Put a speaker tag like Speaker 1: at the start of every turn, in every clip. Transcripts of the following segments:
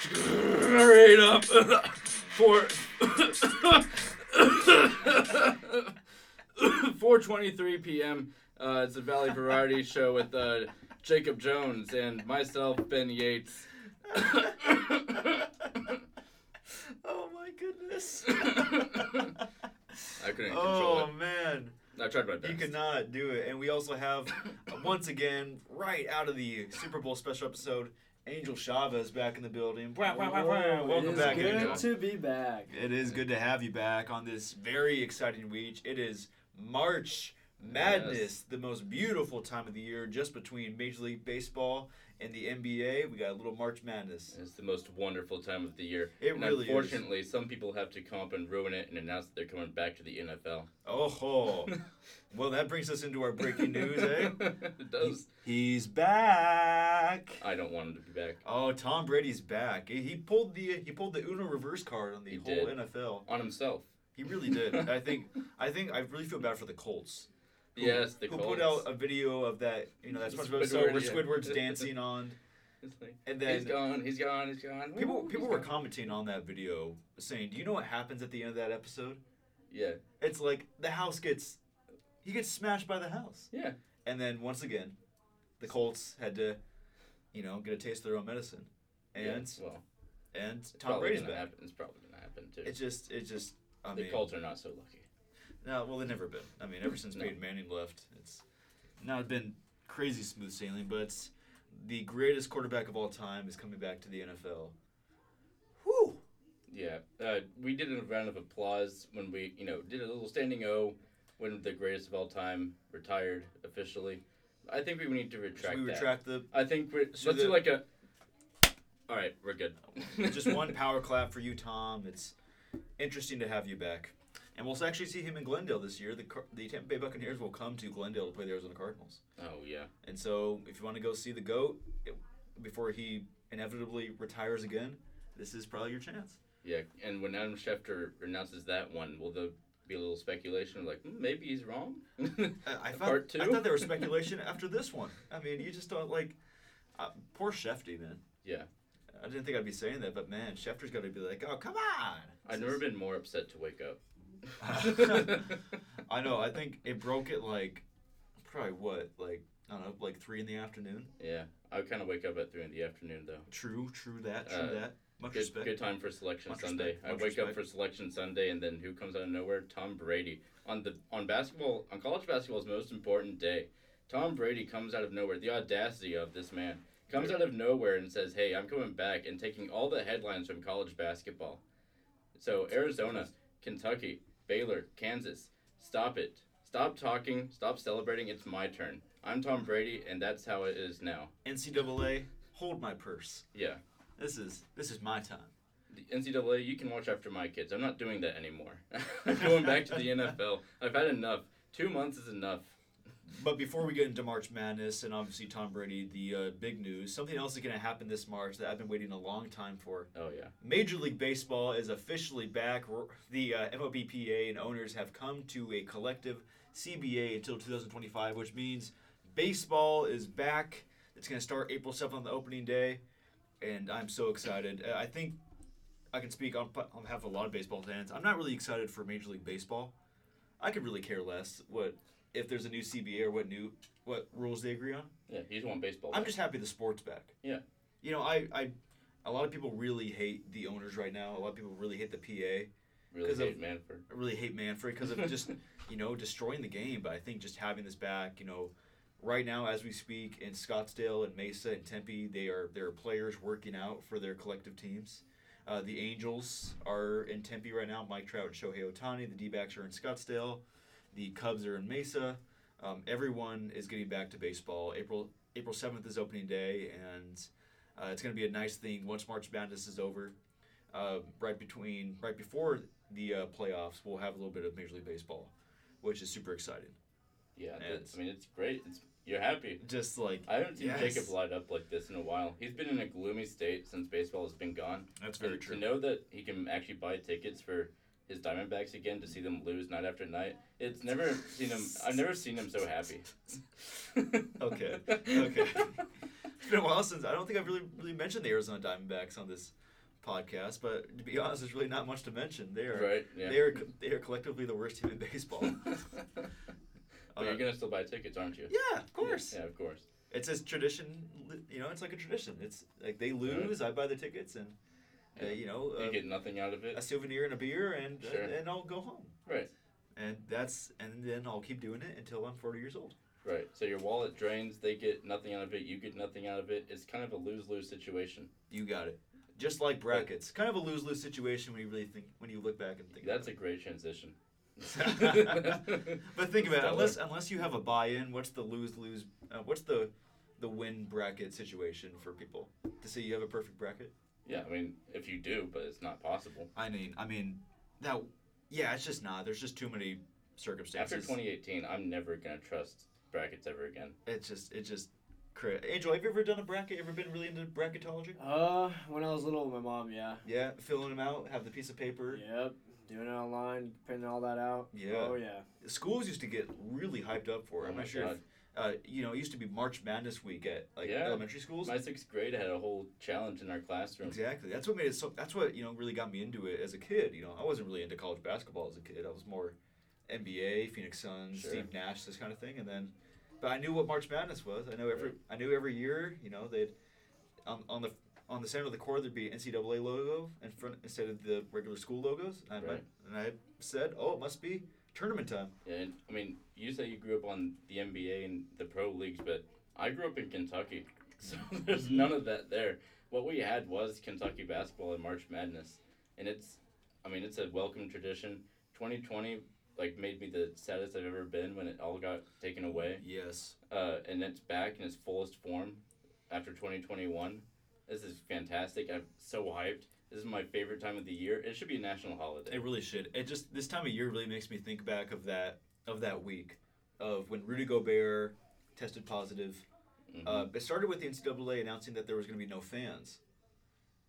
Speaker 1: straight up for 4:23 p.m. Uh, it's a Valley Variety show with uh, Jacob Jones and myself, Ben Yates.
Speaker 2: Oh my goodness.
Speaker 1: I couldn't control
Speaker 2: oh man.
Speaker 1: it. I tried my best.
Speaker 2: You could not do it. And we also have, uh, once again, right out of the Super Bowl special episode, Angel Chavez back in the building. Wah, wah, wah, wah.
Speaker 3: Whoa,
Speaker 2: Welcome
Speaker 3: it is
Speaker 2: back,
Speaker 3: good
Speaker 2: Angel.
Speaker 3: to be back.
Speaker 2: It is good to have you back on this very exciting week. It is March Madness,
Speaker 1: Yes.
Speaker 2: the most beautiful time of the year, just between Major League Baseball and the NBA. We got a little March Madness.
Speaker 1: It's the most wonderful time of the year.
Speaker 2: It
Speaker 1: and
Speaker 2: really is.
Speaker 1: unfortunately, some people have to come up and ruin it and announce that they're coming back to the NFL.
Speaker 2: Oh, ho. well, that brings us into our breaking news, eh?
Speaker 1: it does.
Speaker 2: He's back.
Speaker 1: I don't want him to be back.
Speaker 2: Oh, Tom Brady's back. He, he pulled the he pulled the Uno reverse card on the
Speaker 1: He
Speaker 2: whole
Speaker 1: did.
Speaker 2: NFL.
Speaker 1: On himself.
Speaker 2: He really did. I think I think I really feel bad for the Colts. who-
Speaker 1: yes, the
Speaker 2: who
Speaker 1: Colts.
Speaker 2: put out uh, a video of that you know that
Speaker 1: The
Speaker 2: SpongeBob episode where
Speaker 1: Squidward, yeah.
Speaker 2: Squidward's dancing on,
Speaker 1: It's like,
Speaker 2: and
Speaker 1: he's
Speaker 2: then
Speaker 1: gone. He's gone. He's gone.
Speaker 2: people
Speaker 1: Woo,
Speaker 2: people
Speaker 1: he's
Speaker 2: were
Speaker 1: gone.
Speaker 2: commenting on that video saying, "Do you know what happens at the end of that episode?
Speaker 1: yeah,
Speaker 2: It's like the house gets he gets smashed by the house,
Speaker 1: yeah.
Speaker 2: and then once again, the Colts had to you know get a taste of their own medicine,
Speaker 1: yeah.
Speaker 2: and
Speaker 1: well,
Speaker 2: and
Speaker 1: it's
Speaker 2: Tom
Speaker 1: probably
Speaker 2: Brady's
Speaker 1: gonna
Speaker 2: back.
Speaker 1: Happen. It's probably gonna happen too.
Speaker 2: It's just it just I
Speaker 1: the
Speaker 2: mean,
Speaker 1: Colts are not so lucky.
Speaker 2: No, well, they've never been. I mean, ever since
Speaker 1: No.
Speaker 2: Peyton Manning left, it's not been crazy smooth sailing. But it's- the greatest quarterback of all time is coming back to the NFL. Whew!
Speaker 1: Yeah, uh, we did a round of applause when we, you know, did a little standing O when the greatest of all time retired officially. I think we need to
Speaker 2: Should
Speaker 1: retract
Speaker 2: we
Speaker 1: that.
Speaker 2: retract the
Speaker 1: I think we're
Speaker 2: So
Speaker 1: let's
Speaker 2: the-
Speaker 1: do like a. All right, we're good.
Speaker 2: just one power clap for you, Tom. It's interesting to have you back. And we'll actually see him in Glendale this year. The Car- the Tampa Bay Buccaneers will come to Glendale to play the Arizona Cardinals.
Speaker 1: Oh yeah,
Speaker 2: And so, if you want to go see the goat it- before he inevitably retires again, this is probably your chance.
Speaker 1: yeah. And when Adam Schefter announces that one, will there be a little speculation like "Hmm, maybe he's wrong?
Speaker 2: Uh, I
Speaker 1: A
Speaker 2: thought
Speaker 1: part
Speaker 2: I
Speaker 1: two?
Speaker 2: thought there was speculation after this one. I mean, you just don't like uh, poor Shefty, man.
Speaker 1: yeah,
Speaker 2: I didn't think I'd be saying that, but man, Schefter's got to be like, oh come on.
Speaker 1: I've never been more upset to wake up.
Speaker 2: I know. I think it broke at like probably what like I don't know, like three in the afternoon.
Speaker 1: yeah, I kind of wake up at three in the afternoon though.
Speaker 2: True, true that, true
Speaker 1: Uh,
Speaker 2: that. Much
Speaker 1: Good,
Speaker 2: respect.
Speaker 1: good time for selection
Speaker 2: Much
Speaker 1: Sunday.
Speaker 2: respect,
Speaker 1: I
Speaker 2: much
Speaker 1: wake up for
Speaker 2: respect.
Speaker 1: selection Sunday, and then who comes out of nowhere? Tom Brady on the on basketball on college basketball's most important day. Tom Brady comes out of nowhere. The audacity of this man comes out of nowhere and says, "Hey, I'm coming back and taking all the headlines from college basketball." So Arizona, Kentucky, Baylor, Kansas, stop it. Stop talking. Stop celebrating. It's my turn. I'm Tom Brady, and that's how it is now.
Speaker 2: NCAA, hold my purse.
Speaker 1: Yeah.
Speaker 2: This is this is my time.
Speaker 1: the NCAA, you can watch after my kids. I'm not doing that anymore. I'm going back to the NFL. I've had enough. Two months is enough.
Speaker 2: But before we get into March Madness and obviously Tom Brady, the uh, big news, something else is going to happen this March that I've been waiting a long time for.
Speaker 1: Oh yeah,
Speaker 2: Major League Baseball is officially back. R- The uh, MLBPA and owners have come to a collective CBA until 2025, which means baseball is back. It's going to start April 7th on the opening day, and I'm so excited. Uh, I think I can speak on, on behalf of a lot of baseball fans. I'm not really excited for Major League Baseball. I could really care less what if there's a new CBA or what new what rules they agree on.
Speaker 1: yeah. You just want baseball.
Speaker 2: I'm just happy the sport's back.
Speaker 1: Yeah.
Speaker 2: You know, I, I, a lot of people really hate the owners right now. A lot of people really hate the PA.
Speaker 1: really
Speaker 2: 'cause of-
Speaker 1: hate Manford.
Speaker 2: I really hate Manfred because of just, you know, destroying the game. But I think just having this back, you know, right now as we speak in Scottsdale and Mesa and Tempe, they are there are players working out for their collective teams. Uh, the Angels are in Tempe right now. Mike Trout and Shohei Otani. The D-backs are in Scottsdale. The Cubs are in Mesa. Um, everyone is getting back to baseball. April April seventh is opening day, and uh, it's going to be a nice thing once March Madness is over. Uh, right between right before the uh, playoffs, we'll have a little bit of Major League Baseball, which is super exciting.
Speaker 1: Yeah,
Speaker 2: Yeah,
Speaker 1: that's,
Speaker 2: it's-
Speaker 1: I mean it's great. It's you're happy.
Speaker 2: Just like
Speaker 1: I haven't seen
Speaker 2: Yes.
Speaker 1: Jacob light up like this in a while. He's been in a gloomy state since baseball has been gone.
Speaker 2: that's
Speaker 1: And To know that he can actually buy tickets for his Diamondbacks again to see them lose night after night. It's never seen him. I've never seen him so happy.
Speaker 2: Okay, okay. It's been a while since I don't think I've really really mentioned the Arizona Diamondbacks on this podcast, but to be honest, there's really not much to mention. They are
Speaker 1: Right? Yeah.
Speaker 2: they are co- they are collectively the worst team in baseball.
Speaker 1: but
Speaker 2: Uh,
Speaker 1: Oh, you're gonna still buy tickets, aren't you?
Speaker 2: yeah, of course.
Speaker 1: Yeah, of course.
Speaker 2: It's as tradition, li- you know. It's like a tradition. It's like they lose, I buy the tickets, and uh,
Speaker 1: Yeah.
Speaker 2: you know,
Speaker 1: you
Speaker 2: uh,
Speaker 1: get nothing out of
Speaker 2: a
Speaker 1: it.
Speaker 2: souvenir and a beer, and
Speaker 1: Sure.
Speaker 2: and, and I'll go home.
Speaker 1: Right.
Speaker 2: And that's and then I'll keep doing it until I'm 40 years old.
Speaker 1: Right. So your wallet drains, they get nothing out of it, you get nothing out of it. It's kind of a lose lose situation.
Speaker 2: You got it. Just like brackets, kind of a lose lose situation when you really think when you look back and think.
Speaker 1: That's
Speaker 2: about
Speaker 1: a great transition.
Speaker 2: it. but think about it.
Speaker 1: Stellar.
Speaker 2: Unless unless you have a buy in, what's the lose lose? Uh, what's the the win bracket situation for people to say you have a perfect bracket?
Speaker 1: Yeah, I mean, if you do, but it's not possible.
Speaker 2: I mean, I mean that. Yeah, it's just not. There's just too many circumstances.
Speaker 1: After 2018, I'm never going to trust brackets ever again.
Speaker 2: It's just it just. cra- Angel, have you ever done a bracket? Ever been really into bracketology?
Speaker 3: Uh, when I was little, my mom, yeah.
Speaker 2: Yeah, filling them out. Have the piece of paper.
Speaker 3: Yep. Doing it online, printing all that out.
Speaker 2: Yeah.
Speaker 3: Oh yeah.
Speaker 2: Schools used to get really hyped up for. it.
Speaker 1: Oh
Speaker 2: I'm
Speaker 1: my
Speaker 2: not sure. If,
Speaker 1: God.
Speaker 2: uh, you know, it used to be March Madness week at like
Speaker 1: Yeah.
Speaker 2: elementary schools.
Speaker 1: My sixth grade had a whole challenge in our classroom.
Speaker 2: Exactly. That's what made it so. That's what you know really got me into it as a kid. You know, I wasn't really into college basketball as a kid. I was more NBA, Phoenix Suns,
Speaker 1: Sure.
Speaker 2: Steve Nash, this kind of thing. And then, but I knew what March Madness was. I know every. I knew every year. You know, they'd on, on the on the center of the court there'd be an NCAA logo in front instead of the regular school logos. And I
Speaker 1: Right.
Speaker 2: and I said, oh, it must be tournament time.
Speaker 1: And I mean, you say you grew up on the NBA and the pro leagues, but I grew up in Kentucky, so there's none of that there. What we had was Kentucky basketball and March Madness, and it's, I mean, it's a welcome tradition. 2020 like made me the saddest I've ever been when it all got taken away,
Speaker 2: Yes.
Speaker 1: uh, and it's back in its fullest form after 2021. This is fantastic. I'm so hyped. This is my favorite time of the year. It should be a national holiday.
Speaker 2: It really should. It just this time of year really makes me think back of that of that week of when Rudy Gobert tested positive.
Speaker 1: Mhm.
Speaker 2: Uh, it started with the NCAA announcing that there was going to be no fans,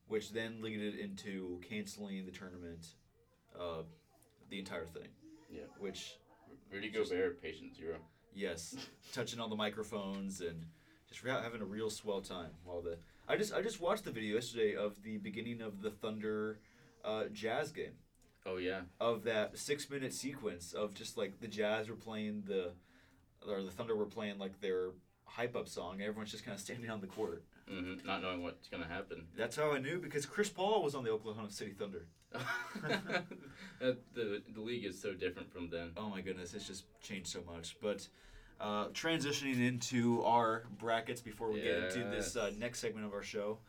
Speaker 2: which then leaded into canceling the tournament, uh, the entire thing.
Speaker 1: Yeah.
Speaker 2: Which
Speaker 1: Rudy
Speaker 2: just-
Speaker 1: Gobert, patient zero.
Speaker 2: yes, touching all the microphones and just re- having a real swell time while the I just I just watched the video yesterday of the beginning of the Thunder uh, Jazz game.
Speaker 1: Oh yeah.
Speaker 2: of that six minute sequence of just like the Jazz were playing the or the Thunder were playing like their hype up song. Everyone's just kind of standing on the court.
Speaker 1: hmm Not knowing what's gonna happen.
Speaker 2: That's how I knew because Chris Paul was on the Oklahoma City Thunder.
Speaker 1: That- the the league is so different from then.
Speaker 2: Oh my goodness, it's just changed so much. But uh, transitioning into our brackets before we get into this uh,
Speaker 1: Yes.
Speaker 2: next segment of our show,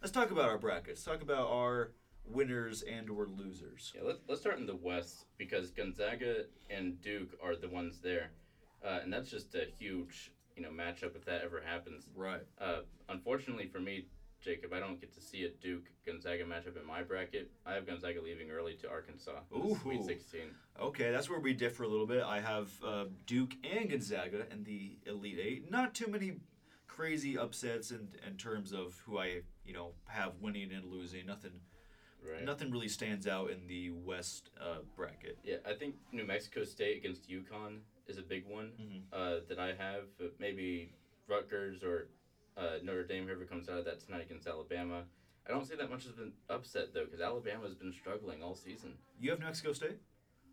Speaker 2: let's talk about our brackets. Talk about our winners and or losers.
Speaker 1: Yeah, let's let's start in the West because Gonzaga and Duke are the ones there, uh, and that's just a huge you know matchup if that ever happens.
Speaker 2: Right.
Speaker 1: Uh, unfortunately for me, Jacob, I don't get to see a Duke Gonzaga matchup in my bracket. I have Gonzaga leaving early to Arkansas. for the Sweet
Speaker 2: Ooh.
Speaker 1: sixteen.
Speaker 2: Okay, that's where we differ a little bit. I have uh, Duke and Gonzaga in the Elite Eight. Not too many crazy upsets in, in terms of who I you know have winning and losing. Nothing,
Speaker 1: Right.
Speaker 2: nothing really stands out in the West uh, bracket.
Speaker 1: Yeah, I think New Mexico State against Yukon is a big one
Speaker 2: Mhm.
Speaker 1: uh, that I have. Uh, Maybe Rutgers or uh, Notre Dame, whoever comes out of that tonight against Alabama. I don't see that much of an upset, though, because Alabama's been struggling all season.
Speaker 2: You have New Mexico State.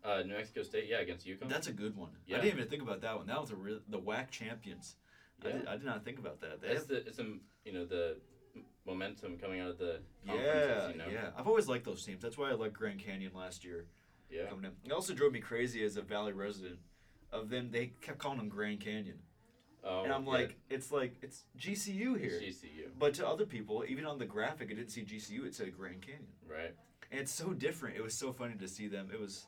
Speaker 1: Uh, New Mexico State, yeah, against Yukon.
Speaker 2: That's a good one.
Speaker 1: Yeah.
Speaker 2: I didn't even think about that one. That was a real, the WAC champions. I,
Speaker 1: Yeah.
Speaker 2: did, I did not think about that. They
Speaker 1: That's
Speaker 2: have-
Speaker 1: the, it's some, you know, the m- momentum coming out of the conferences,
Speaker 2: yeah,
Speaker 1: you know?
Speaker 2: yeah. I've always liked those teams. That's why I liked Grand Canyon last year.
Speaker 1: Yeah.
Speaker 2: coming in. It also drove me crazy as a Valley resident. Of them, they kept calling them Grand Canyon.
Speaker 1: Oh,
Speaker 2: and I'm
Speaker 1: yeah,
Speaker 2: like, it's like it's GCU
Speaker 1: it's
Speaker 2: here.
Speaker 1: GCU,
Speaker 2: But to other people, even on the graphic, it didn't see GCU. It said Grand Canyon,
Speaker 1: right?
Speaker 2: and it's so different. It was so funny to see them. It was.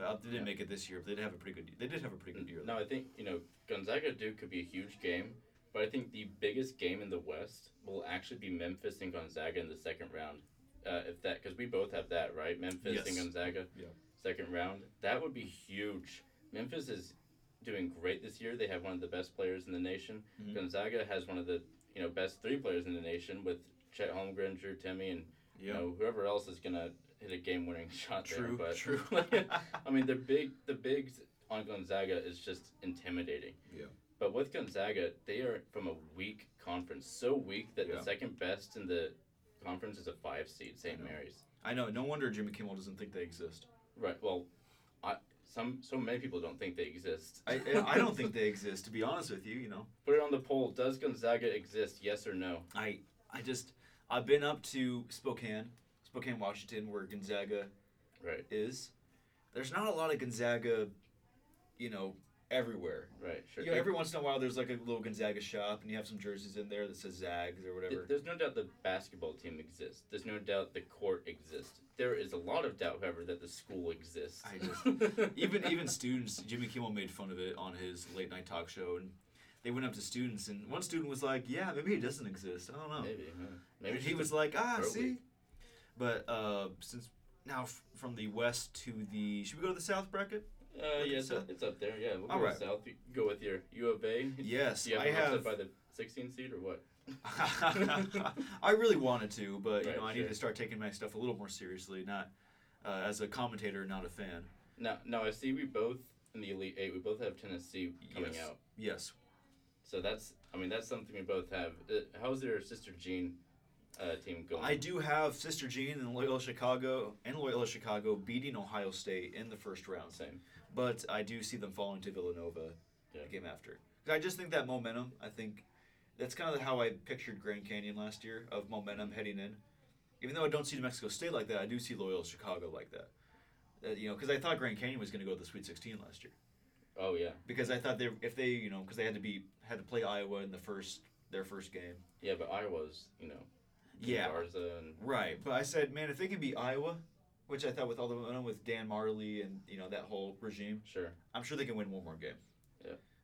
Speaker 2: Uh, they
Speaker 1: Yeah.
Speaker 2: didn't make it this year, but they did have a pretty good. They did have a pretty good year.
Speaker 1: No, I think you know Gonzaga Duke could be a huge game, but I think the biggest game in the West will actually be Memphis and Gonzaga in the second round. Uh, if that because we both have that right, Memphis and
Speaker 2: Yes.
Speaker 1: Gonzaga.
Speaker 2: Yeah.
Speaker 1: Second round, that would be huge. Memphis is doing great this year. They have one of the best players in the nation.
Speaker 2: Mhm.
Speaker 1: Gonzaga has one of the you know best three players in the nation with Chet Holmgren, Drew Timmy, and you
Speaker 2: Yeah.
Speaker 1: know whoever else is gonna hit a game winning shot.
Speaker 2: True,
Speaker 1: There, but
Speaker 2: true.
Speaker 1: I mean, the big the bigs on Gonzaga is just intimidating.
Speaker 2: Yeah.
Speaker 1: But with Gonzaga, they are from a weak conference, so weak that
Speaker 2: Yeah.
Speaker 1: the second best in the conference is a five seed, St.
Speaker 2: know.
Speaker 1: Mary's.
Speaker 2: I know. No wonder Jimmy Kimmel doesn't think they exist.
Speaker 1: Right. Well, I some so many people don't think they exist.
Speaker 2: I I- I don't think they exist. To be honest with you, you know.
Speaker 1: Put it on the poll. Does Gonzaga exist? Yes or no?
Speaker 2: I I just I've been up to Spokane, Spokane, Washington, where Gonzaga
Speaker 1: Right.
Speaker 2: is. There's not a lot of Gonzaga, you know, everywhere.
Speaker 1: Right. Sure.
Speaker 2: You know, every once in a while, there's like a little Gonzaga shop, and you have some jerseys in there that says Zags or
Speaker 1: Th-
Speaker 2: whatever.
Speaker 1: There's no doubt the basketball team exists. There's no doubt the court exists. There is a lot of doubt, however, that the school exists.
Speaker 2: I just- even even students, Jimmy Kimmel made fun of it on his late night talk show, and they went up to students, and one student was like, "Yeah, maybe it doesn't exist. I don't know."
Speaker 1: maybe. huh? Maybe
Speaker 2: And he
Speaker 1: just
Speaker 2: was like, ah,
Speaker 1: throw
Speaker 2: see.
Speaker 1: week.
Speaker 2: But uh, since now f- from the west to the, should we go to the south bracket?
Speaker 1: Uh,
Speaker 2: Look
Speaker 1: yeah,
Speaker 2: at
Speaker 1: it's, up-
Speaker 2: South.
Speaker 1: it's up there. Yeah, we'll go
Speaker 2: All
Speaker 1: with
Speaker 2: right.
Speaker 1: South. You go with your U of A.
Speaker 2: Yes,
Speaker 1: Do you have
Speaker 2: I
Speaker 1: an upset
Speaker 2: have.
Speaker 1: by the 16 seed or what?
Speaker 2: I really wanted to, but you
Speaker 1: Right,
Speaker 2: know, I need
Speaker 1: sure.
Speaker 2: to start taking my stuff a little more seriously. Not uh, as a commentator, not a fan.
Speaker 1: Now, now I see we both in the Elite Eight. We both have Tennessee coming
Speaker 2: Yes.
Speaker 1: out.
Speaker 2: Yes,
Speaker 1: So that's, I mean, that's something we both have. Uh, how's your sister Jean uh, team going?
Speaker 2: I do have Sister Jean and Loyola Chicago and Loyola Chicago beating Ohio State in the first round,
Speaker 1: Same.
Speaker 2: but I do see them falling to Villanova
Speaker 1: Yeah.
Speaker 2: the game after. 'Cause I just think that momentum. I think that's kind of how I pictured Grand Canyon last year of momentum heading in. Even though I don't see New Mexico State like that, I do see Loyola Chicago like that. Uh, you know, because I thought Grand Canyon was going to go to the Sweet 16 last year.
Speaker 1: Oh yeah,
Speaker 2: Because I thought they, if they, you know, because they had to be had to play Iowa in the first their first game.
Speaker 1: yeah. But Iowa's, you know,
Speaker 2: Yeah,
Speaker 1: Garza and
Speaker 2: Right, but I said, man, if they can beat Iowa, which I thought with all the momentum with Dan Marley and you know that whole regime,
Speaker 1: sure.
Speaker 2: I'm sure they can win one more game.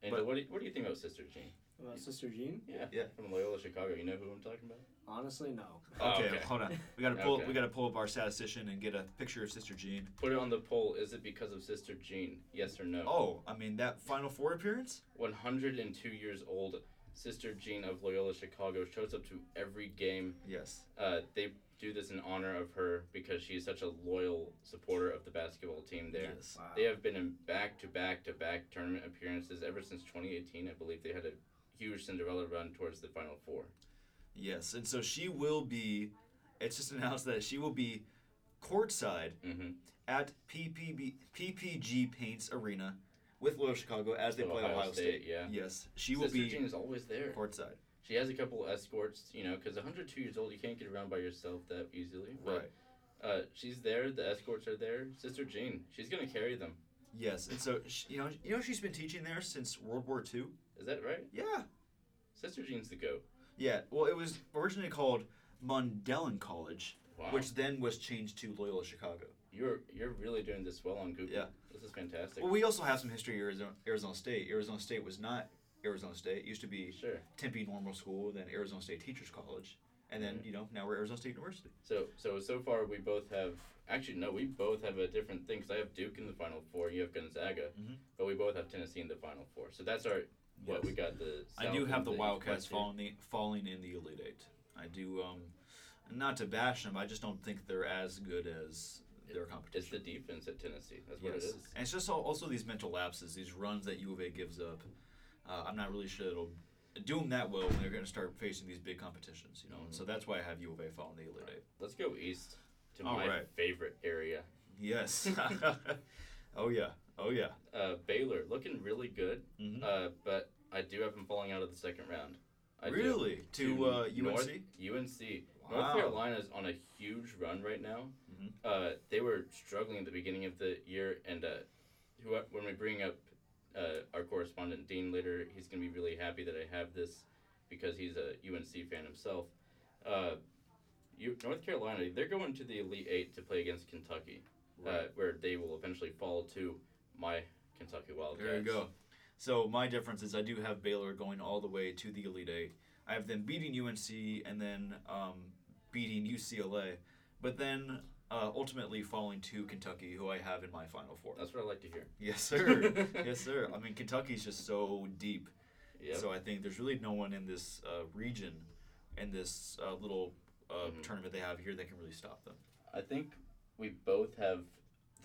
Speaker 1: And uh,
Speaker 2: But-
Speaker 1: what do you, what do you think about Sister Jean?
Speaker 3: About Uh, Sister Jean?
Speaker 1: Yeah,
Speaker 2: Yeah.
Speaker 1: From Loyola, Chicago. You know who I'm talking about?
Speaker 3: Honestly, no.
Speaker 1: Oh,
Speaker 2: Okay,
Speaker 1: okay.
Speaker 2: hold on, we gotta pull
Speaker 1: Okay.
Speaker 2: we gotta pull up our statistician and get a picture of Sister Jean.
Speaker 1: Put it on the poll. Is it because of Sister Jean? Yes or no?
Speaker 2: Oh, I mean that Final Four appearance.
Speaker 1: 102 years old, Sister Jean of Loyola, Chicago shows up to every game.
Speaker 2: Yes.
Speaker 1: Uh, they do this in honor of her because she is such a loyal supporter of the basketball team there.
Speaker 2: Yes.
Speaker 3: Wow.
Speaker 1: They have been in back to back to back tournament appearances ever since 2018. I believe they had a huge Cinderella run towards the Final Four.
Speaker 2: Yes, and so she will be. It's just announced that she will be courtside
Speaker 1: Mm-hmm.
Speaker 2: at PPB, PPG Paints Arena with Loyola Chicago as they
Speaker 1: So
Speaker 2: play
Speaker 1: Ohio
Speaker 2: Ohio,
Speaker 1: State,
Speaker 2: State.
Speaker 1: yeah.
Speaker 2: Yes, she
Speaker 1: Sister
Speaker 2: will be
Speaker 1: Jean is always there.
Speaker 2: courtside.
Speaker 1: She has a couple escorts, you know, because 102 years old, you can't get around by yourself that easily. But,
Speaker 2: Right.
Speaker 1: Uh, she's there. The escorts are there. Sister Jean, she's gonna carry them.
Speaker 2: Yes, and so sh you know, you know, she's been teaching there since World War II.
Speaker 1: Is that right?
Speaker 2: Yeah,
Speaker 1: Sister Jean's the goat.
Speaker 2: yeah. Well, it was originally called Mundelein College,
Speaker 1: Wow.
Speaker 2: which then was changed to Loyola Chicago.
Speaker 1: you're you're really doing this well on Google.
Speaker 2: Yeah.
Speaker 1: This is fantastic.
Speaker 2: Well, we also have some history. at Arizona, Arizona State. Arizona State was not Arizona State. It used to be
Speaker 1: sure.
Speaker 2: Tempe Normal School, then Arizona State Teachers College, and then
Speaker 1: Mhm.
Speaker 2: you know now we're Arizona State University.
Speaker 1: So so so far we both have actually no we both have a different thing because I have Duke in the Final Four. You have Gonzaga,
Speaker 2: Mhm.
Speaker 1: but we both have Tennessee in the Final Four. So that's our what we got the.
Speaker 2: I do
Speaker 1: South
Speaker 2: have
Speaker 1: and
Speaker 2: the Wildcats
Speaker 1: East West
Speaker 2: falling the, falling in the Elite Eight. I do. um not to bash them, I just don't think they're as good as their
Speaker 1: here. It's
Speaker 2: competition.
Speaker 1: the defense at Tennessee. That's what it is.
Speaker 2: Yes. And it's just al- also these mental lapses, these runs that U of A gives up. Uh, I'm not really sure it'll do them that well when they're going to start facing these big competitions, you know. And so
Speaker 1: Mm-hmm.
Speaker 2: that's why I have U of A fall in the Elite Eight.
Speaker 1: Let's go east to
Speaker 2: All
Speaker 1: my
Speaker 2: right.
Speaker 1: favorite area.
Speaker 2: Yes. oh yeah. Oh yeah.
Speaker 1: Uh, Baylor looking really good,
Speaker 2: Mhm.
Speaker 1: uh, but I do have them falling out of the second round. I do.
Speaker 2: really? To uh, UNC.
Speaker 1: North- UNC. North
Speaker 2: Wow.
Speaker 1: Carolina is on a huge run right now.
Speaker 2: Mhm.
Speaker 1: Uh, they were struggling at the beginning of the year, and uh, who when we bring up uh, our correspondent Dean later, he's gonna be really happy that I have this because he's a UNC fan himself. Uh, you, North Carolina, they're going to the Elite Eight to play against Kentucky, uh, where they will eventually fall to my Kentucky Wildcats.
Speaker 2: There you go. So my difference is I do have Baylor going all the way to the Elite Eight. I have them beating UNC and then um, beating UCLA, but then uh, ultimately falling to Kentucky, who I have in my Final Four.
Speaker 1: That's what I like to hear.
Speaker 2: Yes, sir. yes, sir. I mean, Kentucky's just so deep.
Speaker 1: Yep.
Speaker 2: So I think there's really no one in this uh, region, in this uh, little uh,
Speaker 1: Mhm.
Speaker 2: tournament they have here that can really stop them.
Speaker 1: I think we both have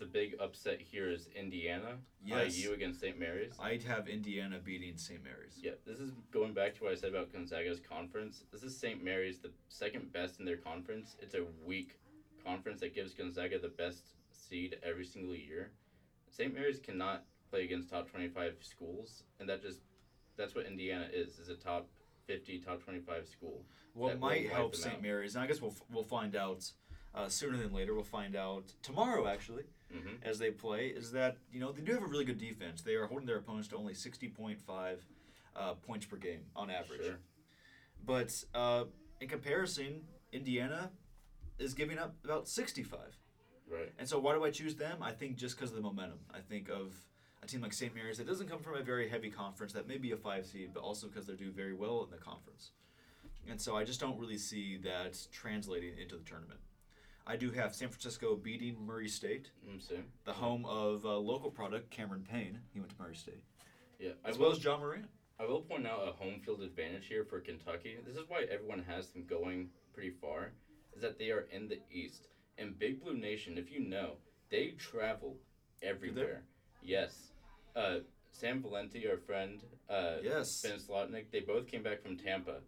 Speaker 1: the big upset here is Indiana.
Speaker 2: Yes.
Speaker 1: IU against St. Mary's.
Speaker 2: I'd have Indiana beating St. Mary's.
Speaker 1: Yeah, this is going back to what I said about Gonzaga's conference. This is St. Mary's, the second best in their conference. It's a weak conference that gives Gonzaga the best seed every single year. St. Mary's cannot play against top 25 schools, and that just that's what Indiana is, is a top 50, top 25 school.
Speaker 2: What
Speaker 1: That will
Speaker 2: might
Speaker 1: wipe
Speaker 2: help
Speaker 1: them
Speaker 2: St.
Speaker 1: out.
Speaker 2: Mary's, and I guess we'll, f- we'll find out uh, sooner than later, we'll find out tomorrow actually,
Speaker 1: hmm
Speaker 2: as they play, is that, you know, they do have a really good defense. They are holding their opponents to only 60.5 uh, points per game on average.
Speaker 1: Sure.
Speaker 2: But uh, in comparison, Indiana is giving up about 65.
Speaker 1: Right.
Speaker 2: And so, why do I choose them? I think just because of the momentum. I think of a team like St. Mary's that doesn't come from a very heavy conference, that may be a five seed, but also because they're doing very well in the conference. And so, I just don't really see that translating into the tournament. I do have San Francisco beating Murray State,
Speaker 1: Mm, so,
Speaker 2: the home of uh, local product Cameron Payne. He went to Murray State,
Speaker 1: yeah. I
Speaker 2: as
Speaker 1: will
Speaker 2: well as John Moran.
Speaker 1: I will point out a home field advantage here for Kentucky. This is why everyone has them going pretty far, is that they are in the East. And Big Blue Nation, if you know, they travel everywhere. Yes. Uh, Sam Valenti, our friend, uh,
Speaker 2: Yes.
Speaker 1: Ben Slotnick, they both came back from Tampa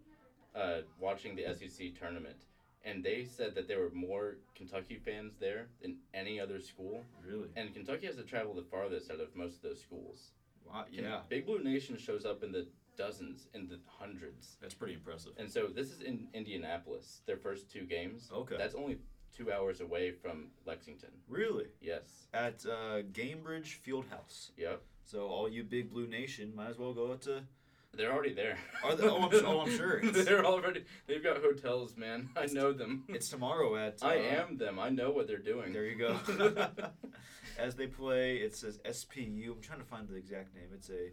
Speaker 1: uh, watching the SEC tournament. And they said that there were more Kentucky fans there than any other school.
Speaker 2: Really?
Speaker 1: And Kentucky has to travel the farthest out of most of those schools.
Speaker 2: Wow,
Speaker 1: Can-
Speaker 2: yeah.
Speaker 1: Big Blue Nation shows up in the dozens, in the hundreds.
Speaker 2: That's pretty impressive.
Speaker 1: And so this is in Indianapolis, their first two games.
Speaker 2: Okay.
Speaker 1: That's only two hours away from Lexington.
Speaker 2: Really?
Speaker 1: Yes.
Speaker 2: At uh, Gamebridge Fieldhouse.
Speaker 1: Yep.
Speaker 2: So, all you Big Blue Nation might as well go out to
Speaker 1: They're already there.
Speaker 2: Are they- oh, I'm su- oh, I'm sure.
Speaker 1: they're already. They've got hotels, man. I know them.
Speaker 2: It's tomorrow at.
Speaker 1: I
Speaker 2: uh,
Speaker 1: am them. I know what they're doing.
Speaker 2: There you go. As they play, it says SPU. I'm trying to find the exact name. It's a.